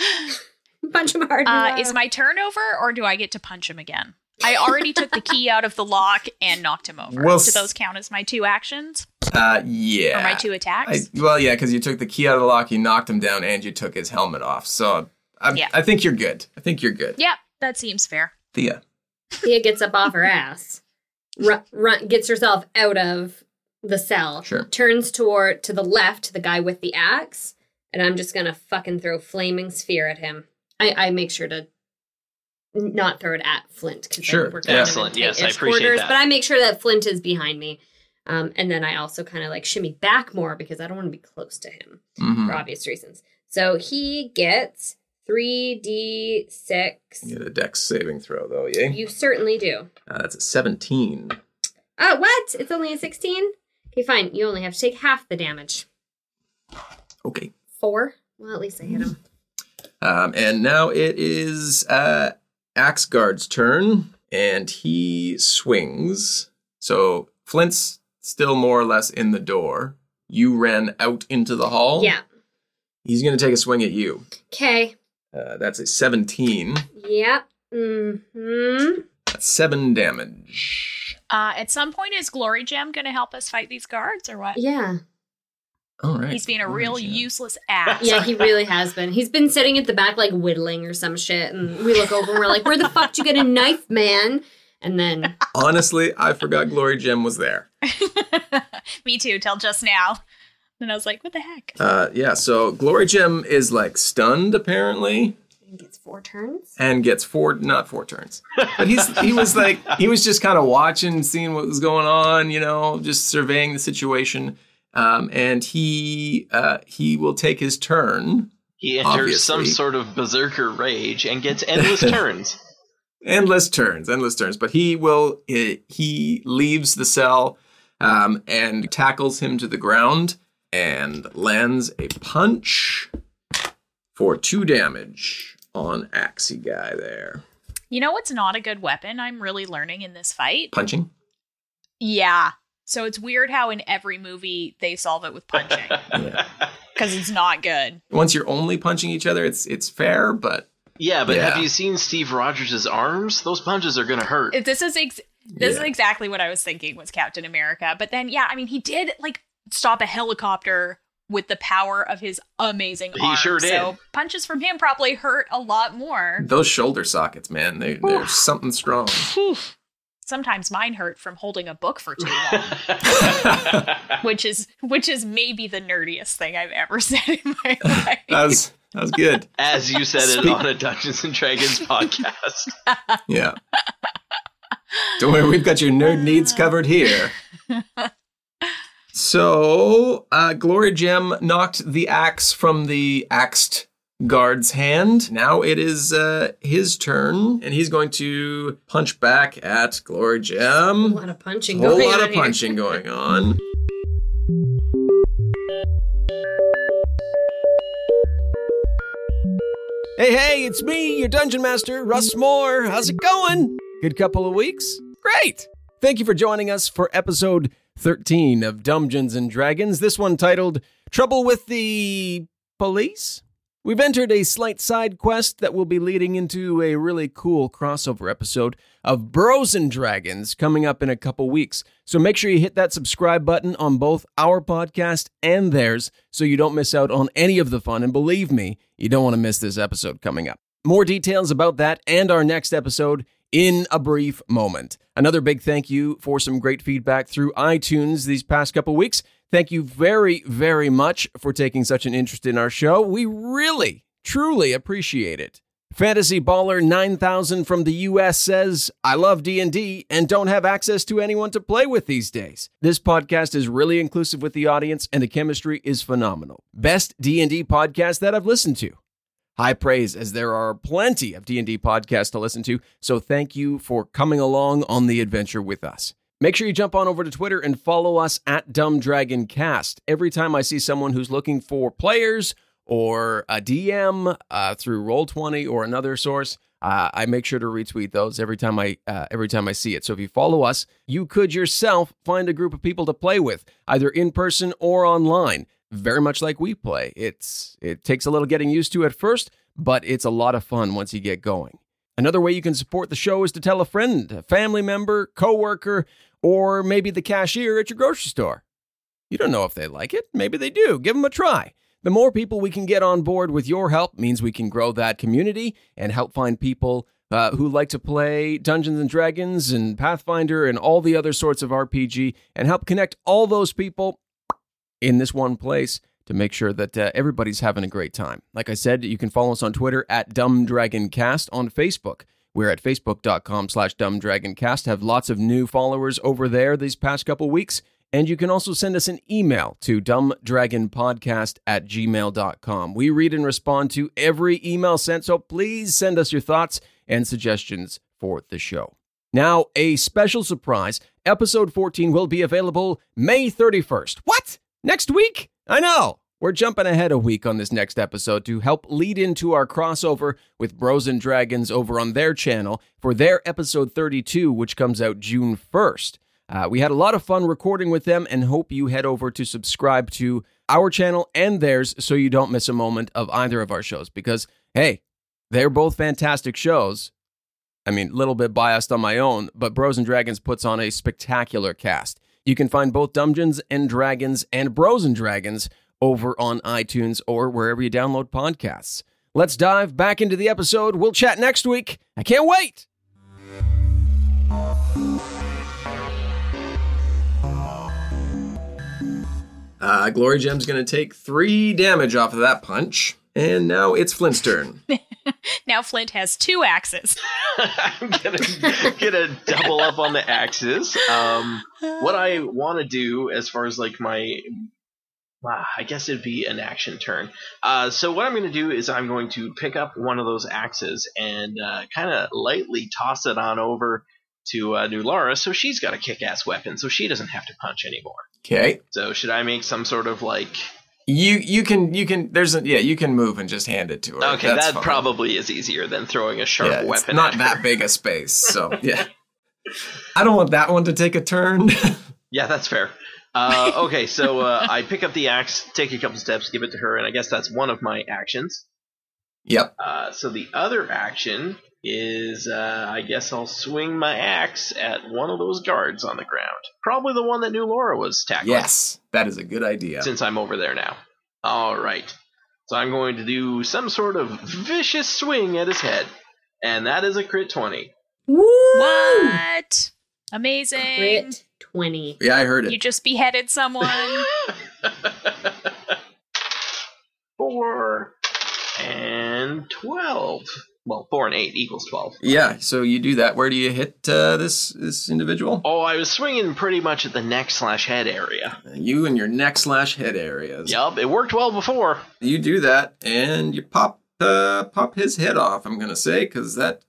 S6: Punch him hard. and
S5: Uh,
S6: loud.
S5: is my turn over, or do I get to punch him again? I already took the key out of the lock and knocked him over.
S4: Well,
S5: do
S4: s-
S5: those count as my two actions
S4: Uh, yeah.
S5: or my two attacks?
S4: I, well, yeah, because you took the key out of the lock, you knocked him down, and you took his helmet off. So I,
S5: Yeah.
S4: I think you're good. I think you're good.
S5: yeah, that seems fair.
S4: Thea.
S6: Thea gets up off her ass, run, run, gets herself out of the cell,
S4: Sure.
S6: turns toward to the left to the guy with the axe, and I'm just gonna fucking throw flaming sphere at him. I, I make sure to not throw it at Flint because
S4: Sure.
S6: we're kind
S3: Excellent.
S6: of in
S3: Yes, I
S6: tight-ish
S3: appreciate
S6: quarters,
S3: that.
S6: but I make sure that Flint is behind me. Um, and then I also kind of like shimmy back more because I don't want to be close to him
S4: Mhm.
S6: for obvious reasons. So he gets 3d6.
S4: You get a dex saving throw, though, yeah?
S6: You certainly do.
S4: Uh, that's a 17.
S6: Oh, what? It's only a 16? Okay, fine. You only have to take half the damage.
S4: Okay.
S6: Four? Well, at least I hit him.
S4: Um, and now it is uh, Axe Guard's turn, and he swings. So Flint's still more or less in the door. You ran out into the
S1: Oh.
S4: hall.
S6: Yeah.
S4: He's going to take a swing at you.
S6: Okay.
S4: Uh, that's a 17.
S6: Yep. Mm-hmm.
S4: That's seven damage.
S5: Uh, at some point, is Glory Gem going to help us fight these guards, or what?
S6: Yeah.
S4: All right.
S5: He's being a
S4: All right,
S5: real
S4: yeah.
S5: useless ass.
S6: Yeah, he really has been. He's been sitting at the back like whittling or some shit, and we look over and we're like, where the fuck did you get a knife, man? And then
S4: Honestly, I forgot Glory Jim was there.
S5: Me too, till just now. And I was like, what the heck?
S4: Uh, yeah, so Glory Jim is like stunned apparently
S6: I think it's four turns.
S4: and gets four not four turns. But he's he was like he was just kind of watching, seeing what was going on, you know, just surveying the situation. Um, and he uh, he will take his turn.
S3: He enters some
S4: Obviously.
S3: sort of berserker rage and gets endless turns.
S4: endless turns, endless turns. But he will he, he leaves the cell um, and tackles him to the ground and lands a punch for two damage on Axie guy there.
S5: You know what's not a good weapon I'm really learning in this fight?
S1: Punching?
S5: Yeah. So it's weird how in every movie they solve it with punching because it's not good.
S1: Once you're only punching each other, it's it's fair, but
S3: Yeah, but have
S1: Yeah.
S3: you seen Steve Rogers' arms? Those punches are gonna hurt.
S5: If This is ex- this
S1: Yeah.
S5: is exactly what I was thinking was Captain America. But then yeah, I mean he did like stop a helicopter with the power of his amazing
S3: He
S5: arm.
S3: sure did.
S5: So punches from him probably hurt a lot more.
S1: those shoulder sockets, man, they, they're something strong.
S5: Sometimes mine hurt from holding a book for too long, which is which is maybe the nerdiest thing I've ever said in my life.
S1: That was that was good.
S3: As you said it
S1: Speak-
S3: on a Dungeons and Dragons podcast.
S1: Yeah. Don't worry, we've got your nerd needs covered here. So, uh, Glory Gem knocked the axe from the axed guard's hand. Now it is uh, his turn, and he's going to punch back at Glory
S6: A
S1: Gem.
S6: lot of punching.
S1: whole
S6: going
S1: lot
S6: on
S1: of
S6: here.
S1: punching going on.
S4: Hey, hey, it's me, your dungeon master, Russ Moore. How's it going? Good couple of weeks? Great! Thank you for joining us for episode 13 of Dungeons and Dragons, this one titled Trouble with the Police? We've entered a slight side quest that will be leading into a really cool crossover episode of Bros and Dragons coming up in a couple weeks. So make sure you hit that subscribe button on both our podcast and theirs so you don't miss out on any of the fun. And believe me, you don't want to miss this episode coming up. More details about that and our next episode in a brief moment. Another big thank you for some great feedback through iTunes these past couple weeks. Thank you very, very much for taking such an interest in our show. We really, truly appreciate it. Fantasy Baller 9000 from the US says, "I love D&D and don't have access to anyone to play with these days. This podcast is really inclusive with the audience and the chemistry is phenomenal. Best D&D podcast that I've listened to." high praise as there are plenty of D&D podcasts to listen to. So thank you for coming along on the adventure with us. Make sure you jump on over to Twitter and follow us at Dumb Dragon Cast. Every time I see someone who's looking for players or a DM uh, through Roll20 or another source, uh, I make sure to retweet those every time I uh, every time I see it. So if you follow us, you could yourself find a group of people to play with, either in person or online. Very much like we play, it's it takes a little getting used to at first, but it's a lot of fun once you get going. Another way you can support the show is to tell a friend, a family member, coworker, or maybe the cashier at your grocery store. You don't know if they like it. Maybe they do. Give them a try. The more people we can get on board with your help means we can grow that community and help find people uh, who like to play Dungeons and Dragons and Pathfinder and all the other sorts of RPG and help connect all those people in this one place to make sure that uh, everybody's having a great time. Like I said, you can follow us on Twitter at Dumb Dragon Cast on Facebook. We're at facebook.com slash dumbdragoncast. Have lots of new followers over there these past couple weeks. And you can also send us an email to dumbdragonpodcast at gmail.com. We read and respond to every email sent, so please send us your thoughts and suggestions for the show. Now, a special surprise. Episode 14 will be available May 31st. What? Next week? I know. We're jumping ahead a week on this next episode to help lead into our crossover with Bros and Dragons over on their channel for their episode 32, which comes out June 1st. Uh, we had a lot of fun recording with them and hope you head over to subscribe to our channel and theirs so you don't miss a moment of either of our shows because, hey, they're both fantastic shows. I mean, a little bit biased on my own, but Bros and Dragons puts on a spectacular cast. You can find both Dungeons and Dragons and Bros and Dragons over on iTunes or wherever you download podcasts. Let's dive back into the episode. We'll chat next week. I can't wait.
S1: Uh, Glory Gem's going to take three damage off of that punch. And now it's Flint's turn.
S5: Now Flint has two axes.
S3: I'm gonna gonna double up on the axes. Um, what I want to do as far as like my, ah, I guess it'd be an action turn. Uh, so what I'm gonna do is I'm going to pick up one of those axes and uh, kind of lightly toss it on over to uh, New Lara, so she's got a kick-ass weapon, so she doesn't have to punch anymore.
S1: Okay.
S3: So should I make some sort of like
S4: You you can you can there's a yeah you can move and just hand it to her.
S3: Okay,
S4: That's
S3: that
S4: fine.
S3: probably is easier than throwing a sharp
S4: yeah,
S3: weapon.
S4: It's not
S3: at her.
S4: that big a space, so yeah. I don't want that one to take a turn.
S3: Yeah, that's fair. Uh, okay, so uh, I pick up the axe, take a couple steps, give it to her, and I guess that's one of my actions.
S4: yep.
S3: Uh, so the other action is, uh, I guess I'll swing my axe at one of those guards on the ground. Probably the one that New Laura was tackling.
S4: Yes, that is a good idea.
S3: Since I'm over there now. All right. So I'm going to do some sort of vicious swing at his head, and that is a crit twenty.
S6: Woo!
S5: What? Amazing.
S6: Crit 20.
S4: Yeah, I heard
S5: You
S4: it.
S5: just beheaded someone.
S3: four and twelve. Well, four and eight equals twelve.
S4: Yeah, so you do that. Where do you hit uh, this this individual?
S3: Oh, I was swinging pretty much at the neck slash head area.
S4: Uh, You and your neck slash head areas.
S3: Yup, it worked well before.
S4: You do that, and you pop uh, pop his head off. I'm gonna say because that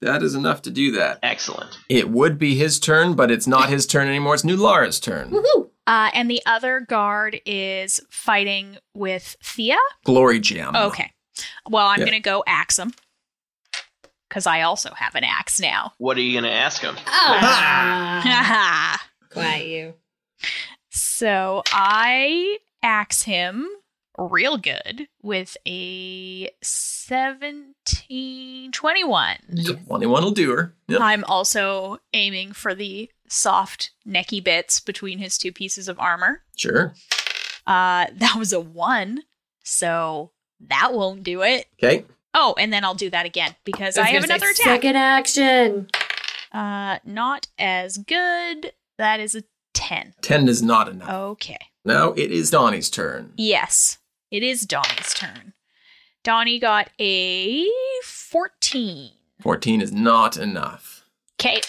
S4: that is enough to do that.
S3: Excellent.
S4: It would be his turn, but it's not his turn anymore. It's New Lara's turn.
S6: Woohoo!
S5: uh, and the other guard is fighting with Thea.
S4: Glory gem.
S5: Okay. Well, I'm
S4: Yeah.
S5: going to go axe him because I also have an axe now.
S3: What are you gonna ask him?
S6: Ah.
S5: Haha.
S6: Quiet you.
S5: So I axe him real good with a 17, 21.
S4: Twenty-one will do her. Yep.
S5: I'm also aiming for the soft necky bits between his two pieces of armor.
S4: Sure.
S5: Uh, that was a one, so that won't do it.
S4: Okay.
S5: Oh, and then I'll do that again because
S4: I
S5: I,
S4: was
S5: have
S4: gonna
S5: another attack.
S6: Second action.
S5: Uh, not as good. That is a 10.
S4: Ten is not enough.
S5: Okay.
S4: Now it is Donnie's turn.
S5: Yes, it is Donnie's turn. Donnie got a 14.
S4: Fourteen is not enough.
S5: Okay.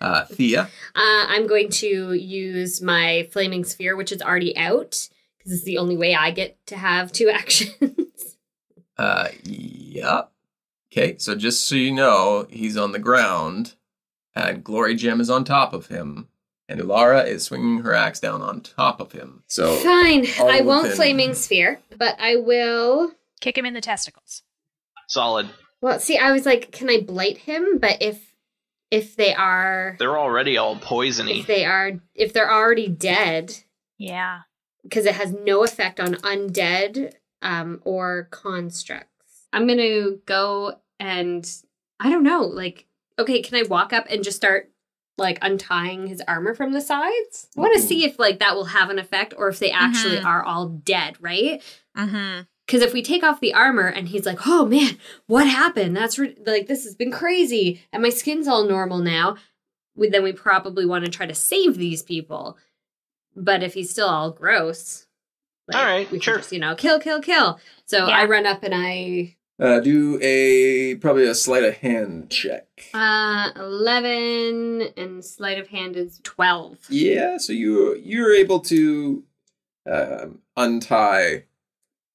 S4: Uh, Thea.
S6: Uh, I'm going to use my flaming sphere, which is already out, because it's the only way I get to have two actions.
S4: Uh, yep. Okay. So just so you know, he's on the ground, and Glory Gem is on top of him, and Ulara is swinging her axe down on top of him. So
S6: Fine.
S4: all
S6: I won't
S4: within-
S6: flaming sphere, but I will.
S5: Kick him in the testicles.
S3: Solid.
S6: Well, see, I was like, can I blight him? But if if they are
S3: They're already all poisony.
S6: if they are if they're already dead,
S5: Yeah.
S6: because it has no effect on undead um, or constructs. I'm gonna go and I don't know, like, okay, can I walk up and just start like untying his armor from the sides? I want to see if like that will have an effect or if they actually
S5: Mhm.
S6: are all dead, right?
S5: Mm-hmm.
S6: Because if we take off the armor and he's like, oh man, what happened? That's re- like, this has been crazy. And my skin's all normal now. We, then we probably want to try to save these people. But if he's still all gross,
S3: All right,
S6: we can
S3: sure.
S6: just, you know, kill, kill, kill. So
S5: Yeah.
S6: I run up and I,
S4: uh, do a probably a sleight of hand check.
S6: uh, 11 and sleight of hand is 12.
S4: Yeah, so you you're able to um, untie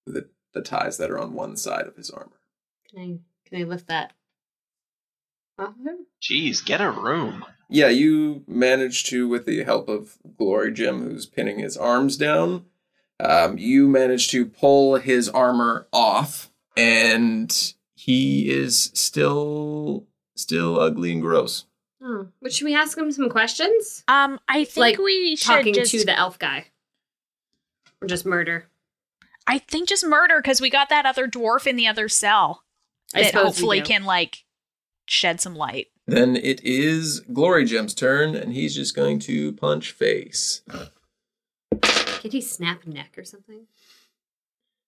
S4: the the ties that are on one side of his armor.
S6: Can I, can I lift that off of him?
S3: Jeez, get a room.
S4: Yeah, you manage to, with the help of Glory Jim, who's pinning his arms down, um, you manage to pull his armor off, and he is still still ugly and gross.
S6: Oh. But should we ask him some questions?
S5: Um, I think
S6: Like,
S5: we should
S6: Talking
S5: just.
S6: to the elf guy. Or just murder.
S5: I think just murder because we got that other dwarf in the other cell
S6: I
S5: that
S6: suppose we
S5: hopefully
S6: do.
S5: can like shed some light.
S4: Then it is Glory Jim's turn, and he's just going to punch face.
S6: Did he snap neck or something?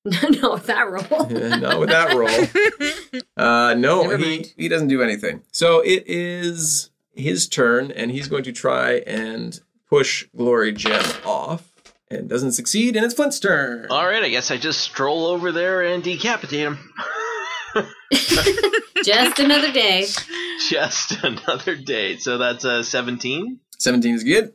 S6: No, no, with that roll.
S4: Not with that roll. Uh, no,
S6: Never
S4: he,
S6: mind.
S4: he doesn't do anything. So it is his turn, and he's going to try and push Glory Gem off, and doesn't succeed, and it's Flint's turn.
S3: All right, I guess I just stroll over there and decapitate him.
S6: Just another day.
S3: just another day. So that's uh, 17
S4: Seventeen is good.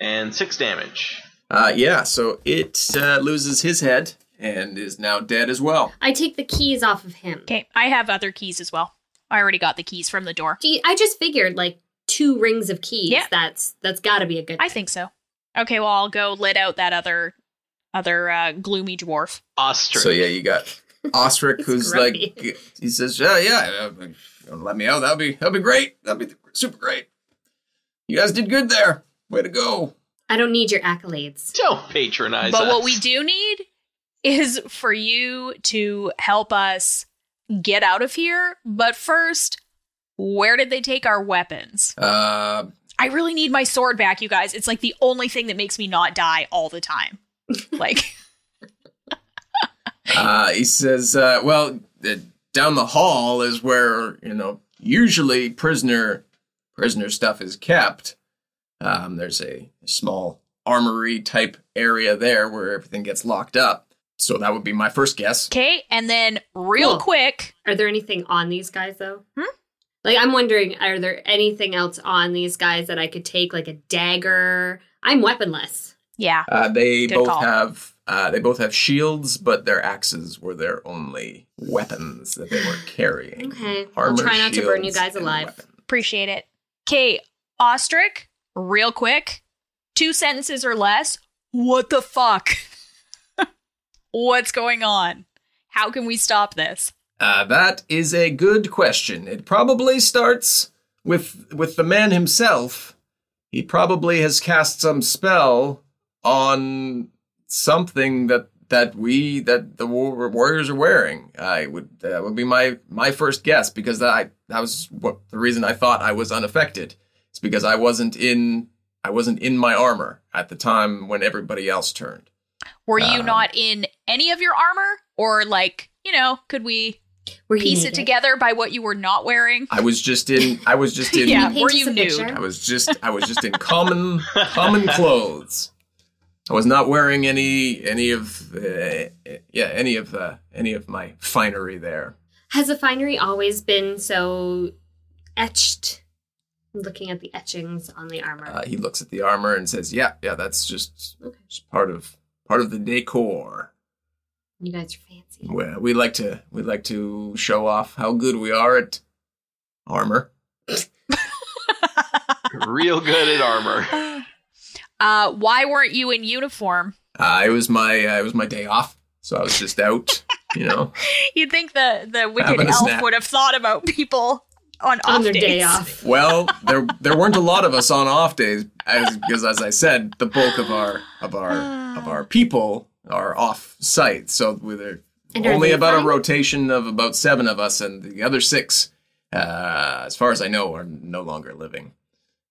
S3: and 6 damage.
S4: Uh, yeah, so it uh, loses his head and is now dead as well.
S6: I take the keys off of him.
S5: Okay. I have other keys as well. I already got the keys from the door.
S6: Gee, I just figured like two rings of keys.
S5: Yeah.
S6: That's that's got to be a good.
S5: I think so. Okay. Well, I'll go lit out that other other uh, gloomy dwarf.
S3: Ostrich.
S4: So yeah, you got Ostrich, who's
S6: grumpy.
S4: like, he says, yeah, yeah, uh, uh, let me out. That'll be that'll be great. That'll be super great. You guys did good there. Way to go.
S6: I don't need your accolades.
S3: Don't patronize
S5: But what
S3: us.
S5: we do need is for you to help us get out of here. But first, where did they take our weapons?
S4: Uh,
S5: I really need my sword back, you guys. It's like the only thing that makes me not die all the time. Like,
S4: uh, he says, uh, well, uh, down the hall is where you know usually prisoner prisoner stuff is kept. Um, there's a small armory type area there where everything gets locked up. So that would be my first guess.
S5: okay, and then real
S6: Cool.
S5: quick,
S6: Are there anything on these guys though?
S5: Hmm?
S6: Like I'm wondering, are there anything else on these guys that I could take, like a dagger? I'm weaponless.
S5: yeah,
S4: Uh, they
S5: Good
S4: both
S5: call.
S4: have uh, they both have shields, but their axes were their only weapons that they were carrying.
S6: Okay. I'll try not to burn you
S4: shields,
S6: guys
S4: and
S6: alive.
S4: weapons.
S5: appreciate it. Okay, Ostrich, real quick, two sentences or less. What the fuck? What's going on? How can we stop this?
S4: Uh, that is a good question. It probably starts with with the man himself. He probably has cast some spell on something that that we that the war- warriors are wearing. I would that would be my my first guess because that I, that was what the reason I thought I was unaffected. It's because I wasn't in I wasn't in my armor at the time when everybody else turned.
S5: Were you
S4: Um,
S5: not in any of your armor? Or, like, you know, could we
S6: Were you
S5: piece it
S6: naked?
S5: together by what you were not wearing?
S4: I was just in I was just in
S5: Yeah,
S6: Can you
S5: were
S6: paint
S5: you
S6: us a
S5: nude?
S6: picture?
S4: I was just I was just in common common clothes. I was not wearing any any of uh, yeah any of uh, any of my finery there.
S6: Has the finery always been so etched? I'm looking at the etchings on the armor.
S4: Uh, he looks at the armor and says, "Yeah, yeah, that's just,
S6: Okay.
S4: just part of part of the decor.
S6: you guys are fancy.
S4: Well, we like to we like to show off how good we are at armor.
S3: real good at armor.
S5: Uh, why weren't you in uniform?
S4: Uh, it was my uh, it was my day off, so I was just out, you know,
S5: You'd think the the wicked
S4: Having a
S5: elf
S4: snack.
S5: would have thought about people on,
S6: On
S5: off
S6: their
S5: days.
S6: day off.
S4: Well, there there weren't a lot of us on off days, as because as I said, the bulk of our of our of our people are off site. So we- there
S6: And are
S4: only
S6: they
S4: about
S6: fine?
S4: a rotation of about seven of us, and the other six, uh, as far as I know, are no longer living.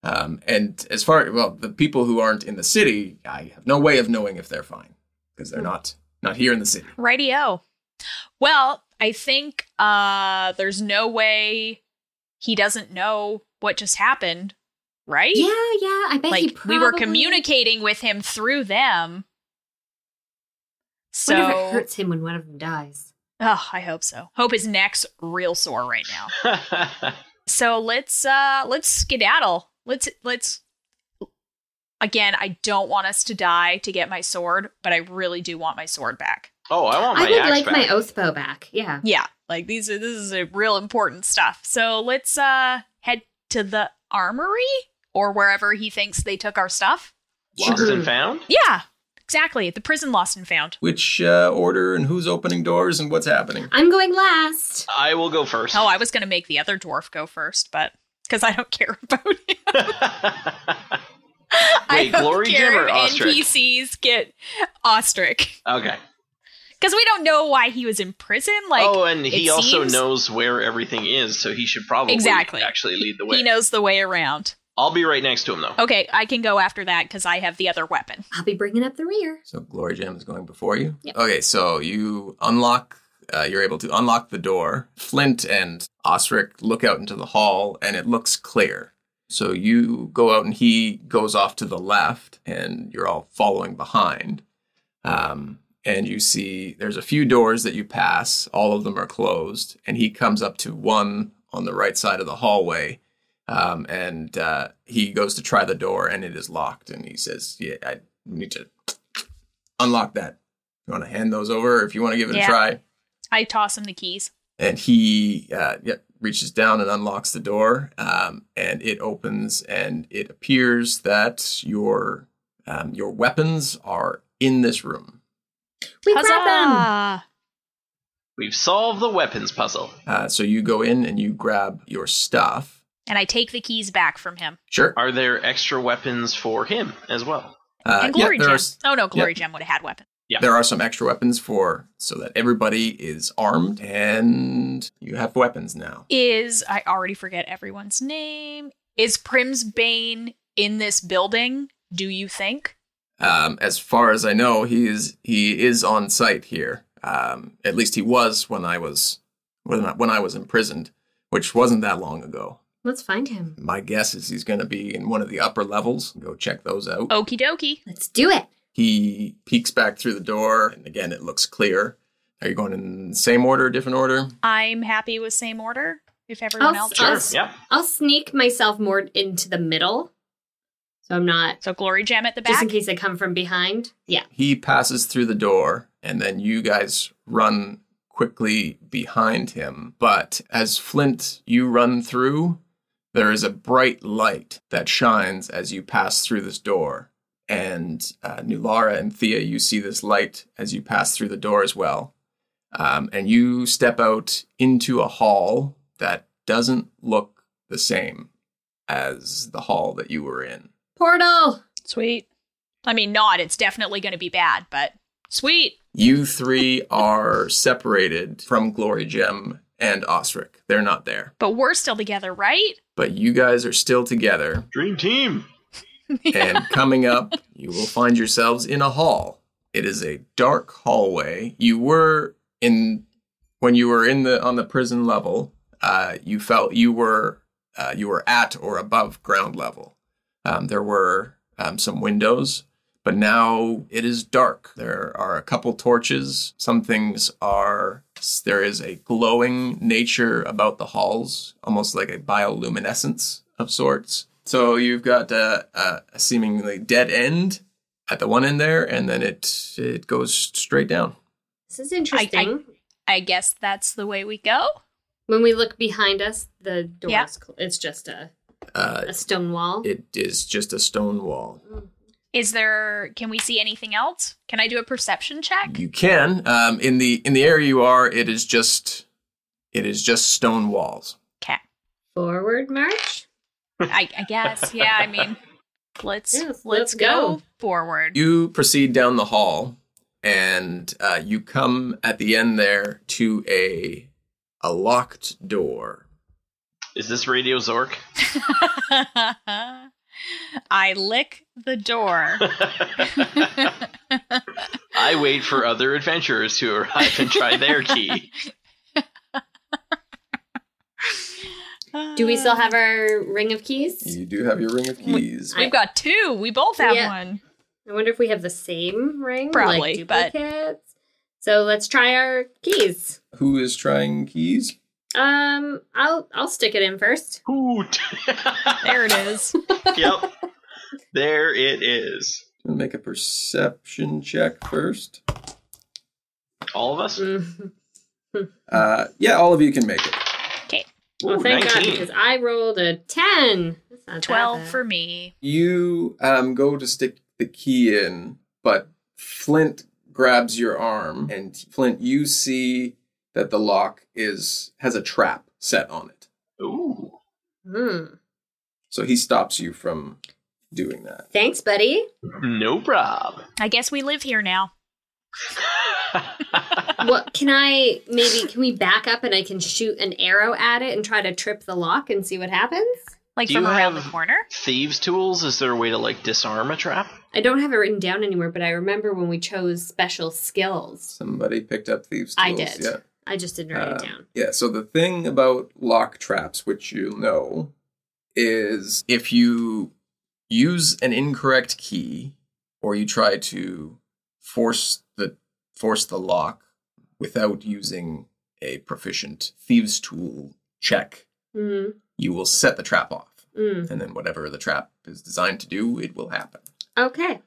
S4: Um, and as far well, the people who aren't in the city, I have no way of knowing if they're fine because they're not not here in the city.
S5: Rightio. Well, I think uh there's no way he doesn't know what just happened, right?
S6: Yeah, yeah. I bet he
S5: Like
S6: probably
S5: we were communicating with him through them.
S6: What if it
S5: So,
S6: hurts him when one of them dies?
S5: oh, I hope so. Hope his neck's real sore right now. So let's uh let's skedaddle. Let's let's again, I don't want us to die to get my sword, but I really do want my sword back.
S3: oh, I want my
S6: I would
S3: axe
S6: like
S3: back.
S6: my oath bow back. Yeah.
S5: Yeah, like these are this is a real important stuff. So let's uh head to the armory or wherever he thinks they took our stuff.
S3: Lost
S6: Sure.
S3: and found.
S5: Yeah, exactly. The prison lost and found.
S4: Which uh, order and who's opening doors and what's happening?
S6: I'm going last.
S3: I will go first.
S5: Oh, I was gonna make the other dwarf go first, but because I don't care about him. I
S3: Wait,
S5: don't
S3: Glory
S5: care
S3: Jim or
S5: if
S3: Ostrich?
S5: NPCs get ostrich.
S3: okay.
S5: Because we don't know why he was in prison. Like,
S3: oh, and he
S5: it
S3: also
S5: seems-
S3: knows where everything is, so he should probably
S5: Exactly.
S3: actually lead the way.
S5: he Oh. knows the way around.
S3: I'll be right next to him, though.
S5: Okay, I can go after that because I have the other weapon.
S6: I'll be bringing up the rear.
S4: So Glory Gem is going before you.
S6: Yep.
S4: Okay, so you unlock. Uh, you're able to unlock the door. Flint and Osric look out into the hall, and it looks clear. So you go out, and he goes off to the left, and you're all following behind. Um, and you see there's a few doors that you pass. All of them are closed, and he comes up to one on the right side of the hallway. Um, and uh, he goes to try the door, and it is locked. And he says, "Yeah, I need to unlock that. You want to hand those over if you want to give it
S5: Yeah.
S4: a try.
S5: I toss him the keys.
S4: And he uh, yeah, reaches down and unlocks the door, um, and it opens, and it appears that your um, your weapons are in this room.
S6: We grab them.
S5: Huzzah!
S3: We've solved the weapons puzzle.
S4: Uh, so you go in and you grab your stuff. Uh,
S5: And I take the keys back from him.
S4: Sure.
S3: Are there extra weapons for him as well?
S4: Uh,
S5: and Glory
S4: yeah, there
S5: Gem.
S4: are s-
S5: oh no, Glory Gem would have had weapons.
S3: Yeah.
S4: There are some extra weapons for so that everybody is armed and you have weapons now.
S5: Is I already forget everyone's name. Is Prim's Bane in this building? Do you think?
S4: Um, as far as I know, he is he is on site here. Um, at least he was when I was when I, when I was imprisoned, which wasn't that long ago.
S6: Let's find him.
S4: My guess is he's going to be in one of the upper levels. Go check those out.
S5: Okie dokie.
S6: Let's do it.
S4: He peeks back through the door, and again it looks clear. Are you going in the same order, different order?
S5: I'm happy with same order. If everyone
S6: I'll-
S5: else
S6: Oh, Sure.
S5: is.
S3: Yeah.
S6: I'll sneak myself more into the middle, so I'm not
S5: So Glory Gem at the
S6: just
S5: back.
S6: in case I come from behind. Yeah.
S4: He passes through the door, and then you guys run quickly behind him. But as Flint, you run through, there is a bright light that shines as you pass through this door. And uh, Nulara and Thea, you see this light as you pass through the door as well. Um, and you step out into a hall that doesn't look the same as the hall that you were in.
S6: Portal.
S5: Sweet. I mean, not. It's definitely going to be bad, but sweet.
S4: You three are separated from Glory Gem and Osric. They're not there.
S5: But we're still together, right?
S4: But you guys are still together.
S3: Dream team.
S4: And coming up, you will find yourselves in a hall. It is a dark hallway. You were in when you were in the on the prison level, uh, you felt you were uh, you were at or above ground level. Um, there were um, some windows, but now it is dark. There are a couple torches. Some things are there is a glowing nature about the halls, almost like a bioluminescence of sorts. So you've got uh, uh, a seemingly dead end at the one end there, and then it it goes straight down.
S6: This is interesting.
S5: I guess that's the way we go.
S6: when we look behind us, the door
S5: Yeah.
S6: is cl- it's just a,
S4: Uh,
S6: a stone wall.
S4: It is just a stone wall.
S5: Is there? Can we see anything else? Can I do a perception check?
S4: You can um, in the in the area you are. It is just it is just stone walls.
S5: Okay.
S6: Forward march.
S5: I, I guess. Yeah. I mean, let's let's,
S6: Yes, let's
S5: go,
S6: go.
S5: forward.
S4: You proceed down the hall, and uh, you come at the end there to a a locked door.
S3: Is this Radio Zork?
S5: I lick the door.
S3: I wait for other adventurers to arrive and try their key.
S6: Do we still have our ring of keys?
S4: You do have your ring of keys.
S5: We've got two. We both have
S6: Yeah.
S5: one.
S6: I wonder if we have the same ring.
S5: Probably,
S6: like
S5: but-
S6: duplicates. So let's try our keys.
S4: Who is trying keys?
S6: Um, I'll I'll stick it in first.
S3: Hoot.
S5: There it is.
S3: yep. There it is.
S4: Make a perception check first.
S3: All of us?
S6: Mm.
S4: Uh, yeah, all of you can make it.
S6: Well,
S3: Ooh,
S6: thank God
S3: 19.
S6: because I rolled a ten. That's not that
S5: Twelve
S6: bad.
S5: for me.
S4: You um, go to stick the key in, but Flint grabs your arm, and Flint, you see that the lock is has a trap set on it.
S3: Ooh.
S6: Hmm.
S4: So he stops you from doing that.
S6: Thanks, buddy.
S3: No prob.
S5: I guess we live here now.
S6: What can I maybe can we back up and I can shoot an arrow at it and try to trip the lock and see what happens?
S5: Like
S3: Do
S5: from
S3: you
S5: around
S3: have-
S5: the corner.
S3: Thieves' tools? Is there a way to, like, disarm a trap?
S6: I don't have it written down anywhere, but I remember when we chose special skills.
S4: Somebody picked up thieves. Tools.
S6: I did.
S4: Yeah.
S6: I just didn't write
S4: Uh,
S6: it down.
S4: Yeah, so the thing about lock traps, which you know, is if you use an incorrect key or you try to force the force the lock without using a proficient thieves tool check,
S6: Mm,
S4: you will set the trap off.
S6: mm.
S4: And then whatever the trap is designed to do, it will happen.
S6: Okay.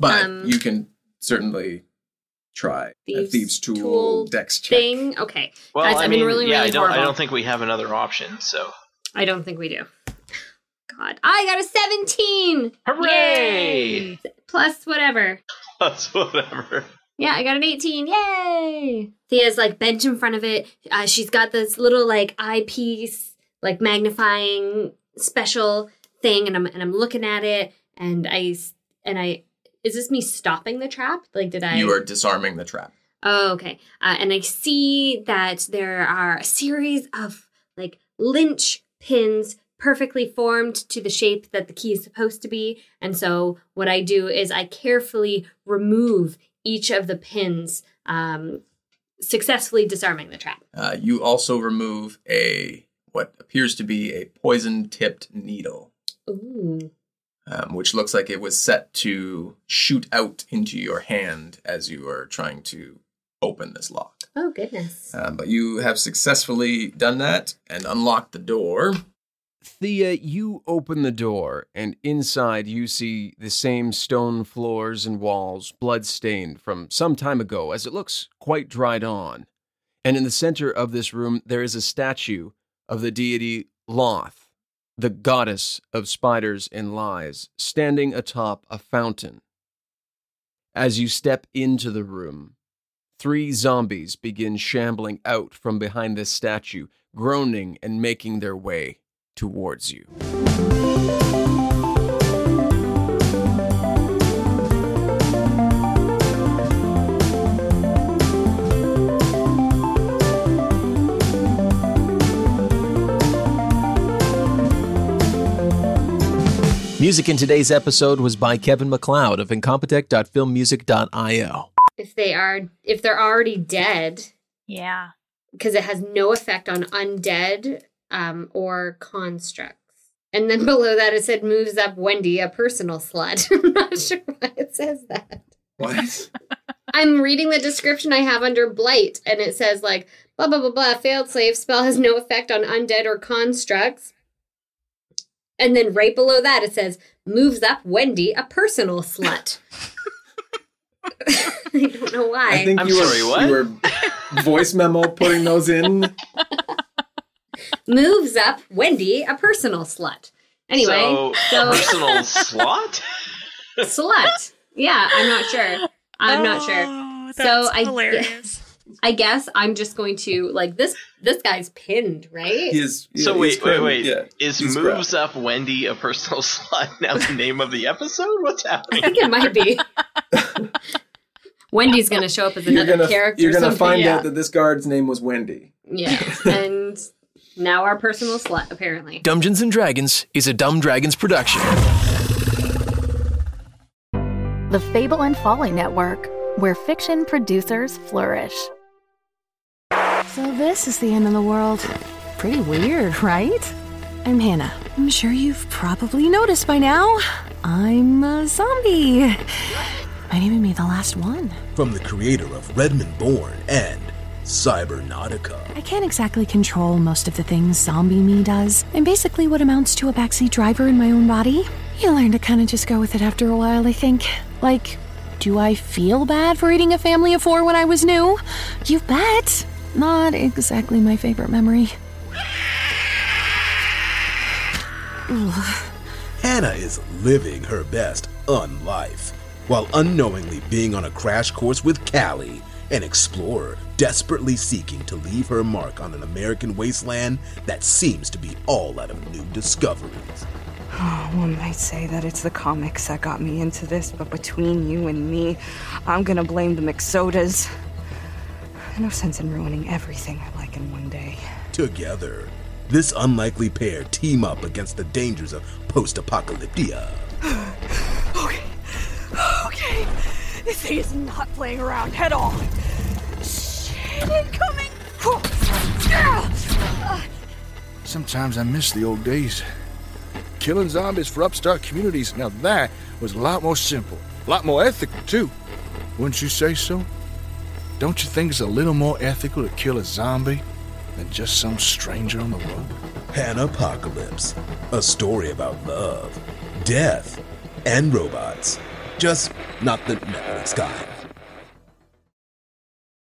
S4: But
S6: Um,
S4: you can certainly try a
S6: Thieves'
S4: thieves tool,
S6: tool
S4: dex check.
S6: Thing. Okay.
S3: Well,
S6: Guys,
S3: I
S6: I've
S3: mean,
S6: been really,
S3: yeah,
S6: really
S3: I don't, I
S6: horrible.
S3: don't think we have another option, so.
S6: I don't think we do. God, I got a seventeen
S3: Hooray!
S5: Yay!
S6: plus whatever.
S3: That's whatever.
S6: Yeah, I got an 18. Yay! Thea's like bent in front of it. Uh, she's got this little like eyepiece, like magnifying special thing, and I'm and I'm looking at it, and I s- and I is this me stopping the trap? Like, did I?
S4: You are disarming the trap.
S6: Oh, okay. Uh, and I see that there are a series of like lynch pins perfectly formed to the shape that the key is supposed to be. And so what I do is I carefully remove each of the pins, um, successfully disarming the trap.
S4: Uh, you also remove a what appears to be a poison-tipped needle,
S6: Ooh.
S4: um, which looks like it was set to shoot out into your hand as you are trying to open this lock.
S6: Oh, goodness.
S4: Um, but you have successfully done that and unlocked the door.
S2: Thea, you open the door, and inside you see the same stone floors and walls, blood-stained from some time ago, as it looks quite dried on. And in the center of this room, there is a statue of the deity Loth, the goddess of spiders and lies, standing atop a fountain. As you step into the room, three zombies begin shambling out from behind this statue, groaning and making their way towards you.
S8: Music in today's episode was by Kevin McLeod of incompetech.filmmusic.io.
S6: If they are, if they're already dead,
S5: Yeah.
S6: because it has no effect on undead um, or constructs. And then below that, it said moves up Wendy, a personal slut. I'm not sure why it says that.
S4: What?
S6: I'm reading the description I have under blight, and it says like blah blah blah blah. Failed slave spell has no effect on undead or constructs. And then right below that, it says moves up Wendy, a personal slut. I don't know why.
S7: I think
S3: I'm
S7: you were,
S3: sorry, what?
S7: you were voice memo putting those in.
S6: moves up Wendy, a personal slut. Anyway,
S3: so,
S6: so-
S3: personal slot.
S6: slut. Yeah, I'm not sure. I'm
S5: Oh.
S6: not sure.
S5: sure.
S6: So
S5: That's
S6: I get-
S5: hilarious.
S6: I guess I'm just going to like this. This guy's pinned, right?
S4: His, his
S3: So wait, wait,
S4: crib-
S3: wait.
S4: yeah.
S3: Is
S4: he's
S3: moves up Wendy a personal slot? Now the name of the episode. What's
S6: I
S3: happening?
S6: think it might be. Wendy's gonna show up as
S7: You're
S6: another
S7: gonna
S6: character.
S7: you're gonna
S6: something.
S7: find
S5: yeah.
S7: out that this guard's name was Wendy.
S6: yeah. And now our personal slut, apparently.
S8: Dungeons and Dragons is a Dumb Dragons production.
S1: The Fable and Folly Network, where fiction producers flourish. So, this is the end of the world. Pretty weird, right? I'm Hannah. I'm sure you've probably noticed by now. I'm a zombie. Might even be the last one.
S9: From the creator of Redmond Born and Cybernautica.
S10: I can't exactly control most of the things zombie me does. I'm basically what amounts to a backseat driver in my own body. You learn to kind of just go with it after a while, I think. Like, do I feel bad for eating a family of four when I was new? You bet! Not exactly my favorite memory.
S9: Hannah is living her best unlife while unknowingly being on a crash course with Callie, an explorer desperately seeking to leave her mark on an American wasteland that seems to be all out of new discoveries.
S11: Oh, one might say that it's the comics that got me into this, but between you and me, I'm gonna blame the McSodas. No sense in ruining everything I like in one day.
S9: Together, this unlikely pair team up against the dangers of post apocalyptia.
S11: Okay. Okay. This thing is not playing around at all. Shit, Ah! incoming!
S9: Sometimes I miss the old days. Killing zombies for upstart communities, now that was a lot more simple. A lot more ethical, too. Wouldn't you say so? Don't you think it's a little more ethical to kill a zombie than just some stranger on the road? Pan Apocalypse, a story about love, death, and robots. Just not the Netflix kind.